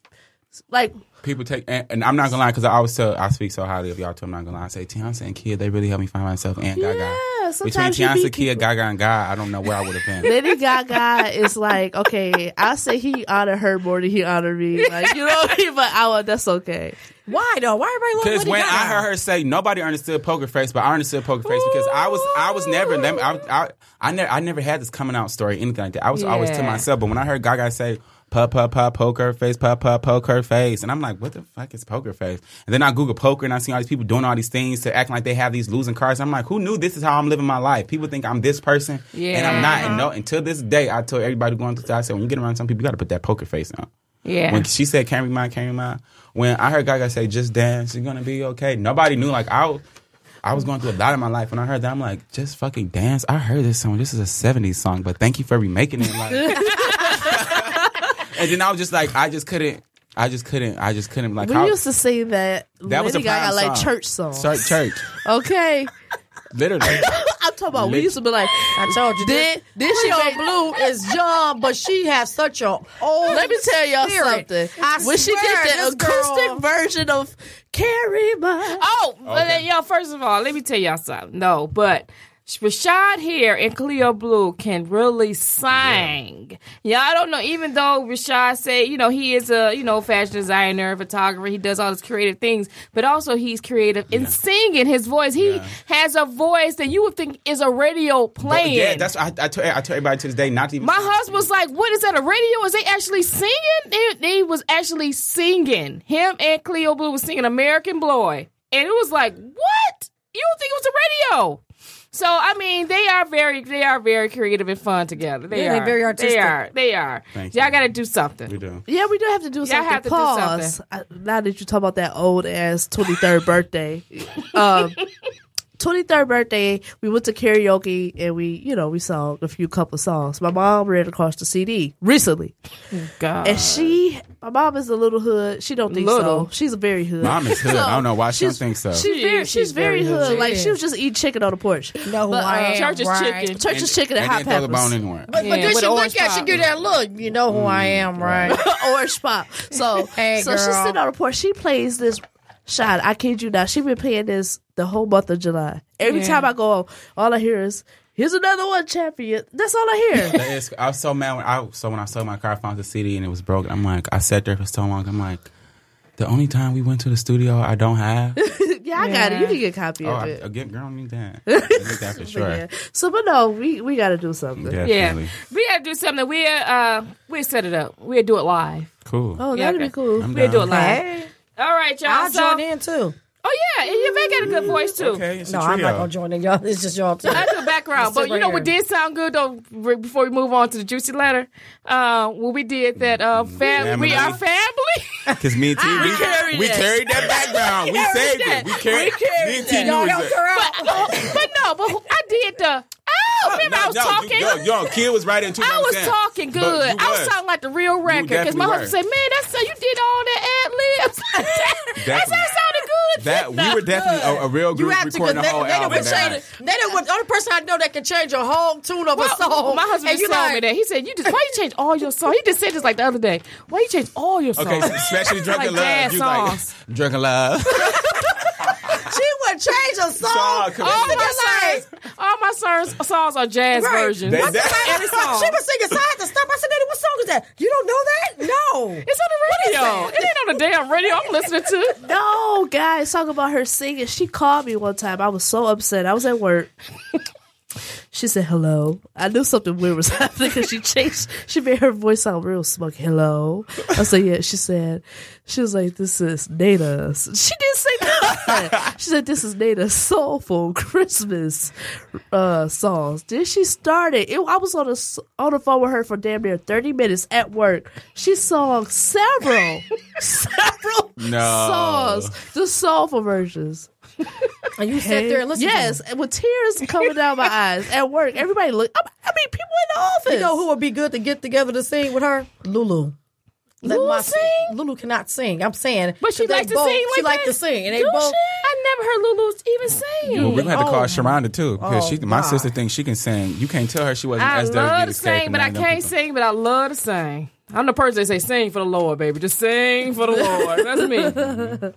like People take, and, and I'm not gonna lie, because I always tell, I speak so highly of y'all too. I'm not gonna lie. I say Beyonce and Kia, they really helped me find myself and Gaga. Yeah, Between sometimes you Beyonce, meet Kia, people. Gaga, and God, I don't know where I would have been. Lady Gaga is like, okay, I say he honored her more than he honored me. Like, you know what I mean? But I will, that's okay. Why though? Why everybody Because love when Lady Gaga? I heard her say nobody understood poker face, but I understood poker face because I was I was never let me- I, I, I never I never had this coming out story anything like that. I was always to Yeah. myself. But when I heard Gaga say puh puh puh poker face puh puh poker face, and I'm like, what the fuck is poker face? And then I Google poker and I see all these people doing all these things to acting like they have these losing cards. I'm like, who knew this is how I'm living my life? People think I'm this person, and I'm not. And no, until this day, I told everybody going through. I said, when you get around some people, you got to put that poker face on. Yeah. When she said "Can't be mine, can't be mine," when I heard Gaga say "Just dance, you're gonna be okay," nobody knew. Like I, was- I was going through a lot in my life. When I heard that, I'm like, "Just fucking dance." I heard this song. This is a '70s song, but thank you for remaking it. Like, and then I was just like, I just couldn't. I just couldn't. I just couldn't. Like We how, used to sing that, that Lady was a prime Gaga like song. church songs. Start church, Okay. literally. I'm talking about, we Lit- used to be like, I told you this. Then- then she Cleo made- Blue is young, but she has such a old. let me tell y'all spirit. something. I when she swear, did the this girl- acoustic version of Carry My. Oh, but Okay. then, y'all, first of all, let me tell y'all something. No, but Rashad here and Cleo Blue can really sing. Yeah, I don't know. Even though Rashad said, you know, he is a you know fashion designer, photographer, he does all these creative things, but also he's creative in singing. His voice, he has a voice that you would think is a radio playing. Yeah, that's what I, I, tell, I tell everybody to this day not to even. My husband's like, "What is that? A radio? Is they actually singing? They, they was actually singing. Him and Cleo Blue was singing American Boy, and it was like, what? You don't think it was a radio? So I mean, they are very, they are very creative and fun together. They Yeah, they're are very artistic. They are. They are. Thank Y'all you. got to do something. We do. Yeah, we do have to do something. have to do Pause. I- now that you talk about that old ass twenty third birthday, um, twenty third birthday, we went to karaoke and we, you know, we sang a few couple songs. My mom read across the CD recently, God. and she, my mom is a little hood. She don't think Little. so. She's a very hood. Mom is hood. I don't know why she don't she's- think so. She's very, is. she's, She's very, very hood. hood. Like Yeah. she was just eating chicken on the porch. know who But, I uh, am. Church's right? chicken. Church's chicken and, and then hot throw the peppers. bone anywhere. But, Yeah, but then with she orange look at pop. she give that look. You know who I am, right? orange pop. So, Hey, so she's girl. sitting on the porch. She plays this shot. I kid you not. She been playing this the whole month of July. Every time I go, on, all I hear is "Here's another one, champion." That's all I hear. That is- I was so mad when I so when I sold my car, I found the CD and it was broken. I'm like, I sat there for so long. I'm like, the only time we went to the studio, I don't have. yeah, I got it. You can get a copy oh, of I, it. again, girl, I need that. I need that for sure. Yeah. So, but no, we we got to do something. yeah, Definitely. we got to do something. We uh, we set it up. We will do it live. Cool. Oh, Yeah, that'd okay. be cool. I'm We will do it down. live. All right, y'all. I'll so- join in too. Oh yeah, and you may got a good voice too. Okay, it's No, a I'm trio. not gonna join in, y'all. It's just y'all too. That's the background. Let's But sit you know right what here. did sound good though? re- Before we move on to the juicy letter, uh, when we did that, uh, fam- Mm-hmm. we Family. are family. Cause me and T, we, carried we it. carried that background. we saved that. it. We carried. We carried me and T, that. you Y'all was help it. her out. but, oh, but no, but who- I did the. Oh, remember I was no, talking. Yo, yo, kid was right into. what I I'm was saying. talking But good. you I was sounding like the real record because my definitely husband were. said, "Man, that's so you did all that ad libs." that Definitely. sounded good. that we were definitely a, a real You group have to because recording they, a whole they don't album. that change night. it. They don't. The only person I know that can change a whole tune of a Well, song. my husband and just you told me like, that. He said, "You just why you change all your songs?" He just said this like the other day. Why you change all your songs? Okay, so especially drunken love. jazz You like songs. drunken love. she would change a Song, song. come all on. Oh Nigga, my songs, all my songs, songs are jazz Right. versions. They- What's the that- name Every of the song? song. She was singing side to stop. I said, "Daddy, what song is that? You don't know that? No. It's on the radio. It ain't on the damn radio. I'm listening to. No, guys, talk about her singing. She called me one time. I was so upset. I was at work. she said hello. I knew something weird was happening because she changed. She made her voice sound real smug. Hello. I said yeah. She said she was like this is Nada's. She didn't say that. she said this is Nada's soulful Christmas uh, songs. Then she started. It, I was on the s- on the phone with her for damn near thirty minutes at work. She sung several several No. songs, the soulful versions. And you sat there and listened. yes, To and with tears coming down my eyes at work. Everybody look. I, I mean, people in the office. them. you know who would be good to get together to sing with her? Lulu. Let Lulu my- sing? Lulu cannot sing. I'm saying, But she they likes to both- sing. Like she that. likes to sing, and they Don't both. she? I never heard Lulu even sing. Well, we're gonna have to call Sharonda too because Oh, she, my God. sister, thinks she can sing. You can't tell her she wasn't I SWV love to this character sing, but I nine young can't people. sing, but I love to sing. I'm the person that say sing for the Lord, baby. Just sing for the Lord. That's me.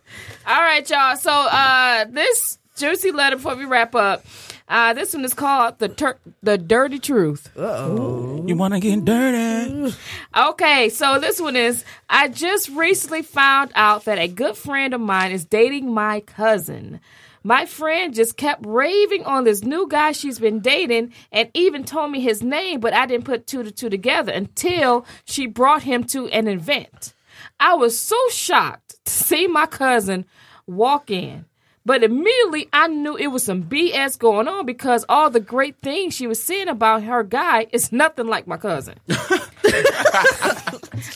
All right, y'all. So uh this juicy letter before we wrap up. Uh, this one is called the Tur- the dirty truth. You wanna get dirty? Okay, so this one is I just recently found out that a good friend of mine is dating my cousin. My friend just kept raving on this new guy she's been dating and even told me his name, but I didn't put two to two together until she brought him to an event. I was so shocked to see my cousin walk in. But immediately I knew it was some BS going on because all the great things she was saying about her guy is nothing like my cousin.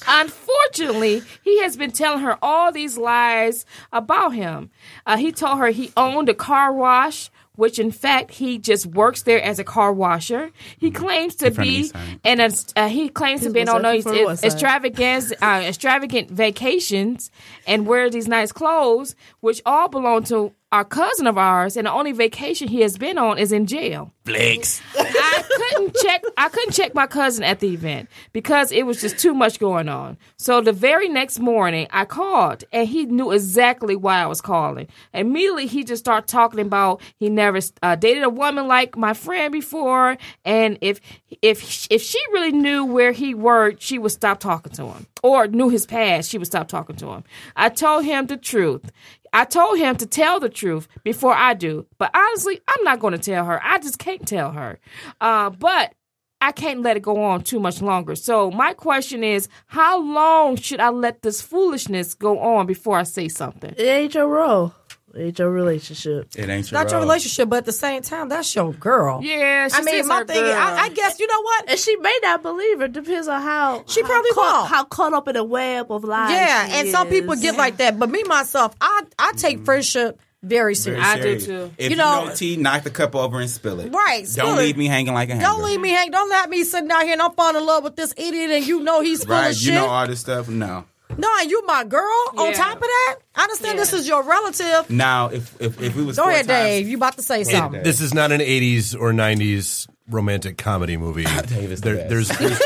Unfortunately, he has been telling her all these lies about him. Uh, he told her he owned a car wash, which in fact he just works there as a car washer. He claims to From the be east side. and uh, he claims to He's be gonna on say these from the west side. extravagant uh, extravagant vacations and wear these nice clothes, which all belong to our cousin of ours. And the only vacation he has been on is in jail. Flakes. I couldn't check. I couldn't check my cousin at the event because it was just too much going on. So the very next morning, I called, and he knew exactly why I was calling. Immediately, he just started talking about he never uh, dated a woman like my friend before, and if if if she really knew where he worked, she would stop talking to him, or knew his past, she would stop talking to him. I told him the truth. I told him to tell the truth before I do, but honestly, I'm not going to tell her. I just can't tell her. Uh, but I can't let it go on too much longer. So my question is, how long should I let this foolishness go on before I say something? It ain't your role. It ain't your relationship. It ain't your Not your role. relationship, but at the same time, that's your girl. Yeah, she I mean, says my her thing. girl. I, I guess you know what. And she may not believe it. Depends on how She how probably caught, won't. how caught up in a web of lies. Yeah, she and some people is. get like that, but me myself, I I take friendship Mm-hmm. very Very serious. I do serious. too. If you, You know- know, tea, knock the cup over and spill it. Right, spill Don't it. leave me hanging like a hanger. Don't leave me hang. Don't let me sitting out here and I'm falling in love with this idiot and you know he's full Right, you of shit. know all this stuff. No. no, and you my girl. On Yeah. top of that, I understand this is your relative. Now, if if, if we was Go four ahead, times- Dave. You about to say something? This is not an 80s or 90s romantic comedy movie. is the there, best. there's, there's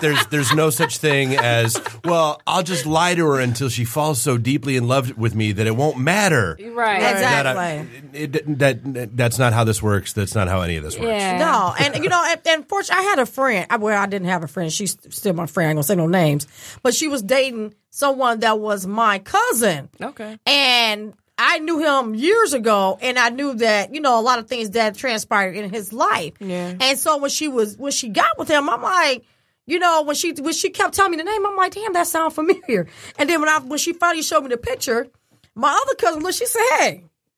there's there's no such thing as well. I'll just lie to her until she falls so deeply in love with me that it won't matter. right. That, Exactly. I- it- that that's not how this works. That's not how any of this works. Yeah. No, and you know, and, and fortunately, I had a friend. I, well, I didn't have a friend. She's still my friend. I ain't gonna say no names, but she was dating someone that was my cousin. Okay. and I knew him years ago, and I knew that you know a lot of things that transpired in his life. Yeah. And so when she was when she got with him, I'm like, you know, when she when she kept telling me the name, I'm like, damn, that sounds familiar. And then when I when she finally showed me the picture, my other cousin looked. She said, hey,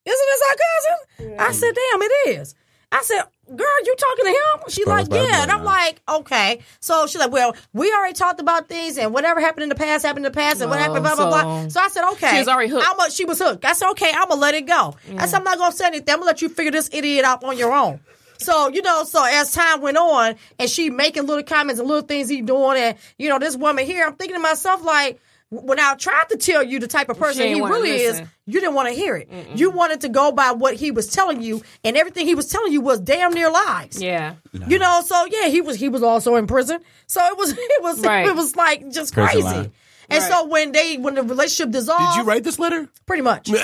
isn't this our cousin? I said, damn, it is. I said, girl, you talking to him? She like, Spoiled by yeah. And I'm blood. like, okay. So she's like, well, we already talked about things, and whatever happened in the past happened in the past, and what Oh, happened, blah blah blah. so- So I said, okay. She was already hooked. I'm a, she was hooked. I said, okay, I'm gonna let it go. I said, I'm not gonna say anything. I'm gonna let you figure this idiot out on your own. So you know, so as time went on, and she making little comments and little things he doing, and you know, this woman here, I'm thinking to myself like. When I tried to tell you the type of person ain't he wanna really is, listen. you didn't want to hear it. You wanted to go by what he was telling you, and everything he was telling you was damn near lies. Yeah. You know, so yeah, he was he was also in prison. So it was it was Right. it was like just Prison crazy. line. And so when they when the relationship dissolved, Did you write this letter? pretty much. but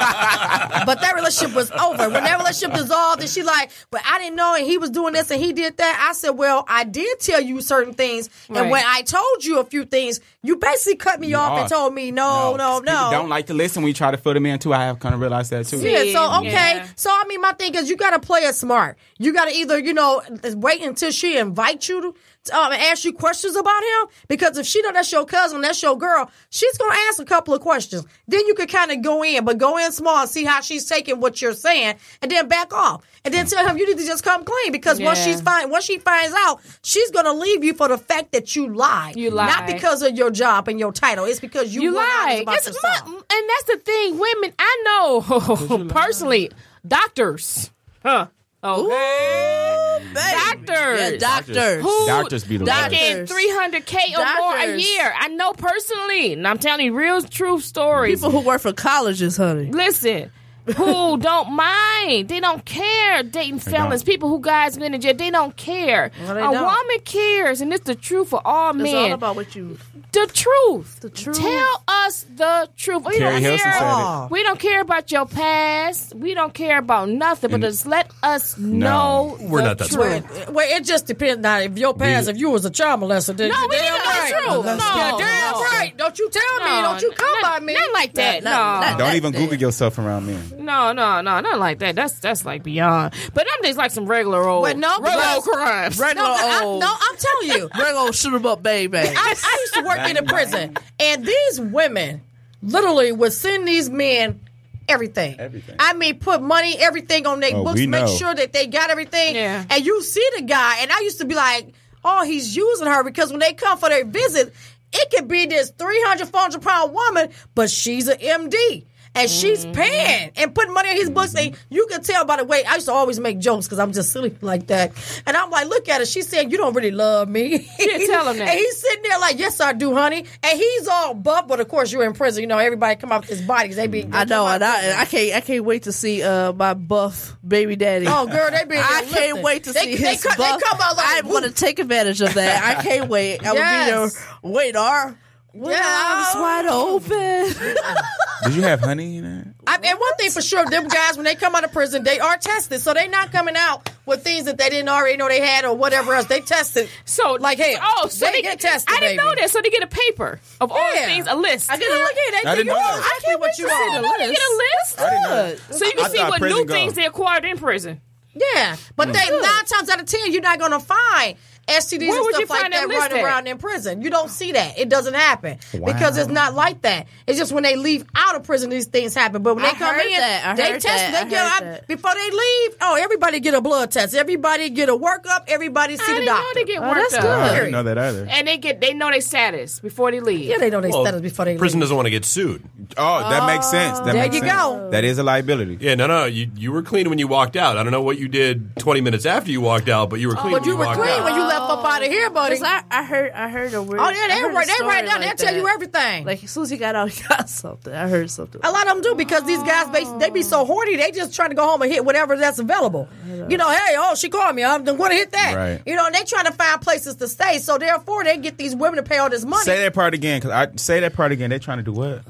that relationship was over. When that relationship dissolved, and she like, but I didn't know, and he was doing this and he did that. I said, well, I did tell you certain things, Right. and when I told you a few things, you basically cut me off and off. told me no, oh, no, 'cause people no. Don't like to listen when you try to fill them in too. I have kind of realized that too. Yeah, so okay. Yeah. So I mean, my thing is, you got to play it smart. You got to either you know wait until she invite you to um, ask you questions about him because if she know that's your cousin, that's your girl, she's gonna ask a couple of questions. Then you could kind of go in, but go in small and see how she's taking what you're saying, and then back off, and then tell him you need to just come clean because once Yeah. she's find once she finds out, she's gonna leave you for the fact that you lied. You not lied. because of your job and your title. It's because you, you were honest lie. about It's yourself. mu- and that's the thing, women. I know personally, doctors. Huh. Okay. Doctors. Yeah, doctors. Who Doctors be the worst. making Doctors. three hundred k or more a Doctors. year? I know personally, and I'm telling you real true stories. People who work for colleges, honey. Listen, who don't mind? They don't care dating felons. People who guys been in jail, they don't care. they a don't. woman cares, and it's the truth for all It's men. all about what you. the truth. The truth. Tell us the truth. We Carrie don't Hilson care. said it. Aw. We don't care about your past. We don't care about nothing. But just let us know. We're the not that truth. smart. Well, it just depends. Now, if your parents, if you was a child molester, then No, you we damn ain't gonna right. true. That's No, yeah, damn no. right. Don't you tell me. No, Don't you come not- by me. Not like that. Not- no. not- not- Don't even Google yourself around me. No, no, no, not like that. That's that's like beyond. But them things like some regular old, But no, regular old because- crimes. no, Regular but I, old. no, I'm telling you. Regular old shoot 'em up, baby. I, I used to work in a prison, and these women literally would send these men everything. Everything. I mean, put money, everything on their Oh, books, we make know. sure that they got everything. Yeah. And you see the guy, and I used to be like, oh, he's using her because when they come for their visit, it could be this 300, 400 pound woman, but she's an MD. and she's paying and putting money in his books. And you can tell by the way I used to always make jokes because I'm just silly like that. And I'm like, look at her. She's saying you don't really love me. Yeah, tell him that. And he's sitting there like, yes, I do, honey. And he's all buff, but of course you're in prison. You know, everybody come out with his body. 'cause They be, I know, and I, I can't, I can't wait to see uh, my buff baby daddy. Oh, girl, they be. I lifting. can't wait to see They- they his cut- buff. They come out I like want to take advantage of that. I can't wait. I will be Yes. there. Wait, are with Yes. arms wide open. Did you have honey in it? I, and one thing for sure, them guys when they come out of prison, they are tested, so they're not coming out with things that they didn't already know they had or whatever else. They tested. So like, hey, oh, so they, they, get tested. I didn't baby. know that. So they get a paper of all the Yeah. things, a list. I didn't look at it. I didn't They think you know know that. exactly what you I didn't know are. they get a list. So you I can see thought what new prison things gone. they acquired in prison. Yeah, Hmm. but they nine times out of ten, you're not going to find STDs Where and would you stuff like find that that list running at? around in prison. You don't see that. It doesn't happen because it's not like that. It's just when they leave out of prison, these things happen. But when I they come heard in, that. I they heard test. that. I They get heard I- that. before they leave. Oh, everybody get a blood test. Everybody get a workup. Everybody see I the didn't know doctor. they get Oh, worked that's up. good. I didn't know that either. And they get they know their status before they leave. yeah, they know they Well, status before they Prison leave. doesn't want to get sued. Oh, that makes sense. That There makes you sense. go. That is a liability. Yeah, no, no, you you were clean when you walked out. I don't know what you did 20 minutes after you walked out, but you were clean. Oh, But when you were walked clean out. when you left up out of here, buddy. 'Cause I, I heard, I heard a word. Oh yeah, I they heard a write they story write down. like they tell you that. everything. Like as soon as he got out, he got something. I heard something. A lot of them do because these guys they, they be so horny they just trying to go home and hit whatever that's available. You know, hey, oh, she called me, I'm going to hit that. Right. You know, and they trying to find places to stay, so therefore they get these women to pay all this money. Say that part again, cause I say that part again. They trying to do what?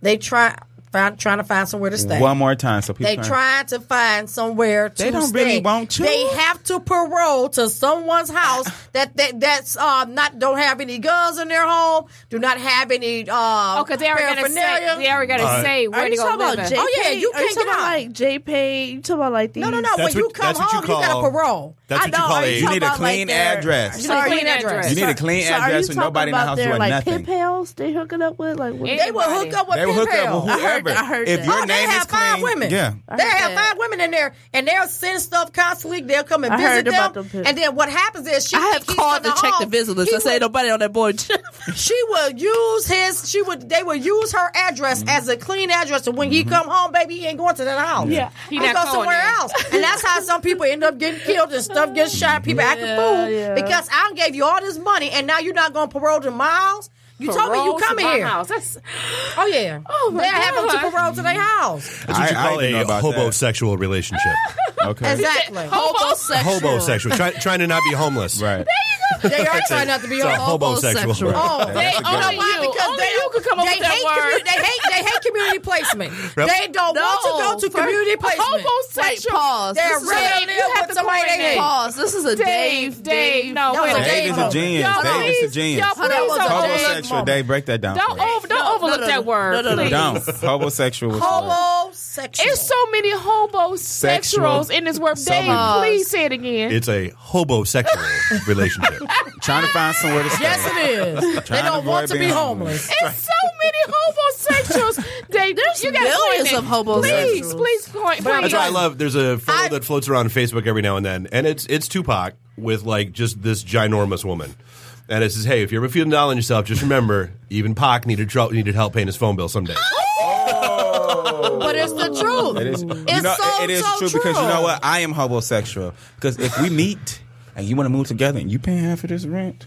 They try find, trying to find somewhere to stay. One more time, so people. They can- trying to find somewhere to They don't really stay. want you. They have to parole to someone's house that, that that's uh, not don't have any guns in their home, do not have any uh, Oh, because they already gotta paraphernalia. say they already gotta say where Are they you gonna talking live. about at. J. Oh, yeah, you Are you can't talking get about out. like J. Pay? You talking about like these? No, no, no. That's when what- you come that's what you home, you, got call- a parole. I That's what you know, call are a You need a about, like, clean their- address. Sorry, clean address. address. You need a clean So are you address with talking nobody in the about house their, doing like, nothing. Pen pals they hooking up with like what- They will Anybody. hook up with They will pen hook up pals. with whoever. I heard- I heard if that. your Oh, name they is have five clean, women. yeah. They heard have that. five women in there, and they'll send stuff constantly. They'll come and I visit heard about them. them. and then what happens is she I have he's called in to check hall. the visit list. He I say would- nobody on that board. She will use his. She would. They will use her address Mm-hmm. as a clean address. And when he come home, baby, he ain't going to that house. Yeah, He he not go going somewhere there. else. And that's how some people end up getting killed and stuff gets shot. People acting fool yeah. because I done gave you all this money, and now you're not going to parole to my house. You told me Parole you to coming my here. House. That's, Oh yeah. Oh, my they have them to God. parole to their house. That's what you I- I call didn't know a about that. hobosexual relationship. Okay. Exactly. Homosexual. hobosexual, Try, trying to not be homeless. Right. They are trying not to be It's a on. hobosexual. Hobosexual. Oh, Yeah, they that's a good oh, one. no, why? Only you. Because Only they you could come up they with that hate word. commu- they hate they hate community placement. They don't want to go to First- community placement. Wait, homosexual. pause. They're This is right Dave, up you there have with to somebody they coordinate. hate. Pause. This is a Dave, Dave. Dave, no, That was wait a minute. Dave Dave is a moment. genius. Y'all Dave is a please- genius. y'all Oh, that please was a don't- Dave Homosexual. moment. Dave, break that down. Don't for us. over, don't overlook no, that no. word, No, no, no. please. Don't. Homosexual. is correct. Homosexual. It's so many homosexuals in this world. So Dave, many. please say it again. It's a hobosexual relationship. Trying to find somewhere to stay. yes, it is. they Trying don't avoid want to be being homeless. It's so many homosexuals. Dave, there's you gotta millions coordinate. of Please, homosexuals. please point. That's why I love. There's a fellow that floats around Facebook every now and then, and it's it's Tupac with like just this ginormous woman, and it says, "Hey, if you're ever feeling down on yourself, just remember, even Pac needed trou- needed help paying his phone bill someday." Oh. But it's the truth. It is. It's you know, so, it is so true, because you know what? I am homosexual. Because if we meet and you want to move together and you paying half of this rent,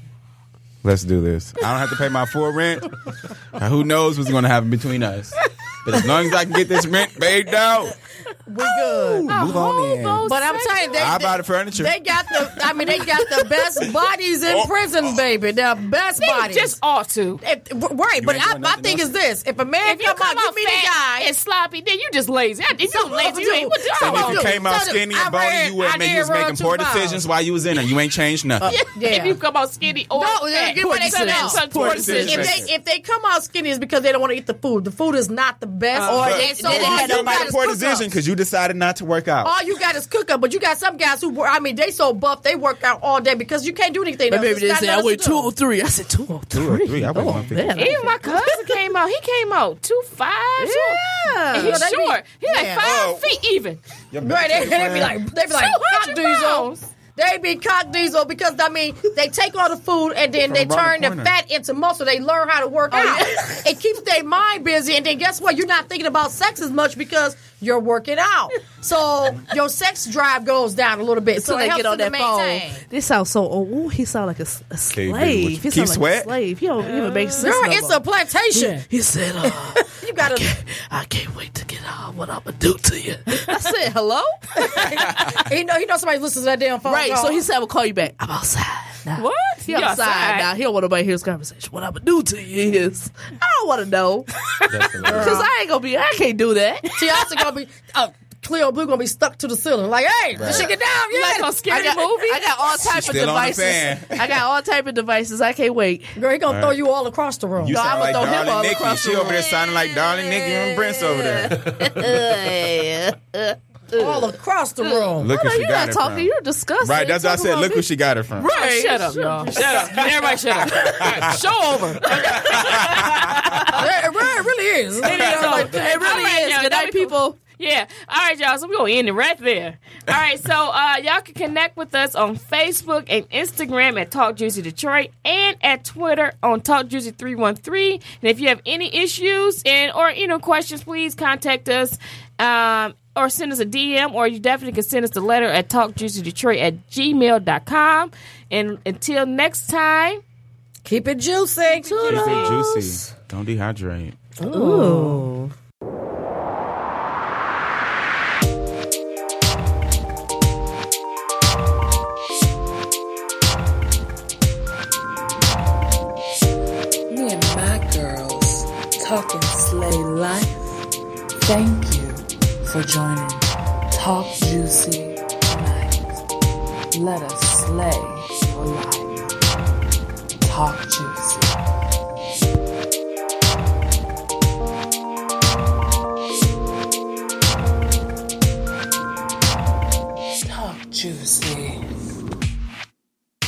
let's do this. I don't have to pay my full rent. Now, who knows what's going to happen between us? But as long as I can get this rent paid out, We good. move on in. But I'm telling you, they, I they- buy the furniture. Oh. They got the. I mean, they got the best bodies in prison, baby. The best They bodies. just ought to. If- right, but ain't I, doing my nothing thing else. is this: if a man If you come out, you meet a fat guy, and sloppy, then you just lazy. I- If you lazy, you ain't what you So And if you Oh, came out so skinny I and bony, ran- you, I were making- you was did run making two poor miles. decisions while you was in there. You ain't changed nothing. Yeah. If you come out skinny or No, fat, get ready to so know. that's some Poor poor decision. decision. if they if they come out skinny, it's because they don't want to eat the food. The food is not the best, or Uh, But they, so you all still you made got a is poor cook decision up. because you decided not to work out. All you got is cook up. But you got some guys who, were- I mean, they so buff they work out all day because you can't do anything. My else. baby It's didn't not say I nothing weigh else to two do. oh three. I said two oh three. three. I weigh 150. Even my cousin came out. He came out two five. Yeah. He's they be- short. He's like Yeah. five Oh. feet even. Right, they, they be like, they be like, Two "Stop, hundred dudes, oh." pounds. They be cock diesel because I mean they take all the food and then they From around turn the the, corner. fat into muscle. They learn how to work Oh, out. It keeps their mind busy, and then guess what? You're not thinking about sex as much because you're working out. So your sex drive goes down a little bit. So, So it they helps get on you to that phone. maintain. This sounds so old. Ooh, he sound like a, s- a you do what you- slave. He Keith sound like Sweat? a slave. He don't even make sense. Girl, no it's more. a plantation. He said, uh, You gotta. "I can't wait to get on what I'm gonna do to you." I said hello. he know he know somebody listens to that damn phone. right. call. So he said, "I will call you back. I'm outside." Now. What? He You outside, outside? now. He don't want nobody to hear his conversation. What I'm gonna do to you is, I don't want to know because I ain't gonna be. I can't do that. Tiasa gonna be uh, Cleo Blue gonna be stuck to the ceiling. Like, hey, did she get down? You like Yeah, some I scary got, movie? I got all type of still on the devices. fan. I got all type of devices. I can't wait. girl, he gonna throw you all across the room. You No, sound I'ma like throw him all Darling Nikki. across the She over room. there sounding like Darling Nikki and Prince over there. all across the room. Look who she You're got not it talking. from. You're disgusting. Right, that's what I Talking said. about Look who me. she got it from. Right. Shut up, y'all. Shut up. Everybody shut up. All right, Show over. it, it really is. It is like that. It really All right, is. now, Good now night, we- people. Yeah. All right, y'all. So we're going to end it right there. All right. So uh, y'all can connect with us on Facebook and Instagram at Talk Juicy Detroit and at Twitter on Talk Juicy 313. And if you have any issues and or, you know, questions, please contact us um, or send us a DM or you definitely can send us a letter at talkjuicydetroit at gmail.com. And until next time, Keep it juicy. Keep it juicy. Don't dehydrate. Me and my girls talking slay life. Thank you for joining Talk Juicy tonight. Let us slay your life. Talk Juicy.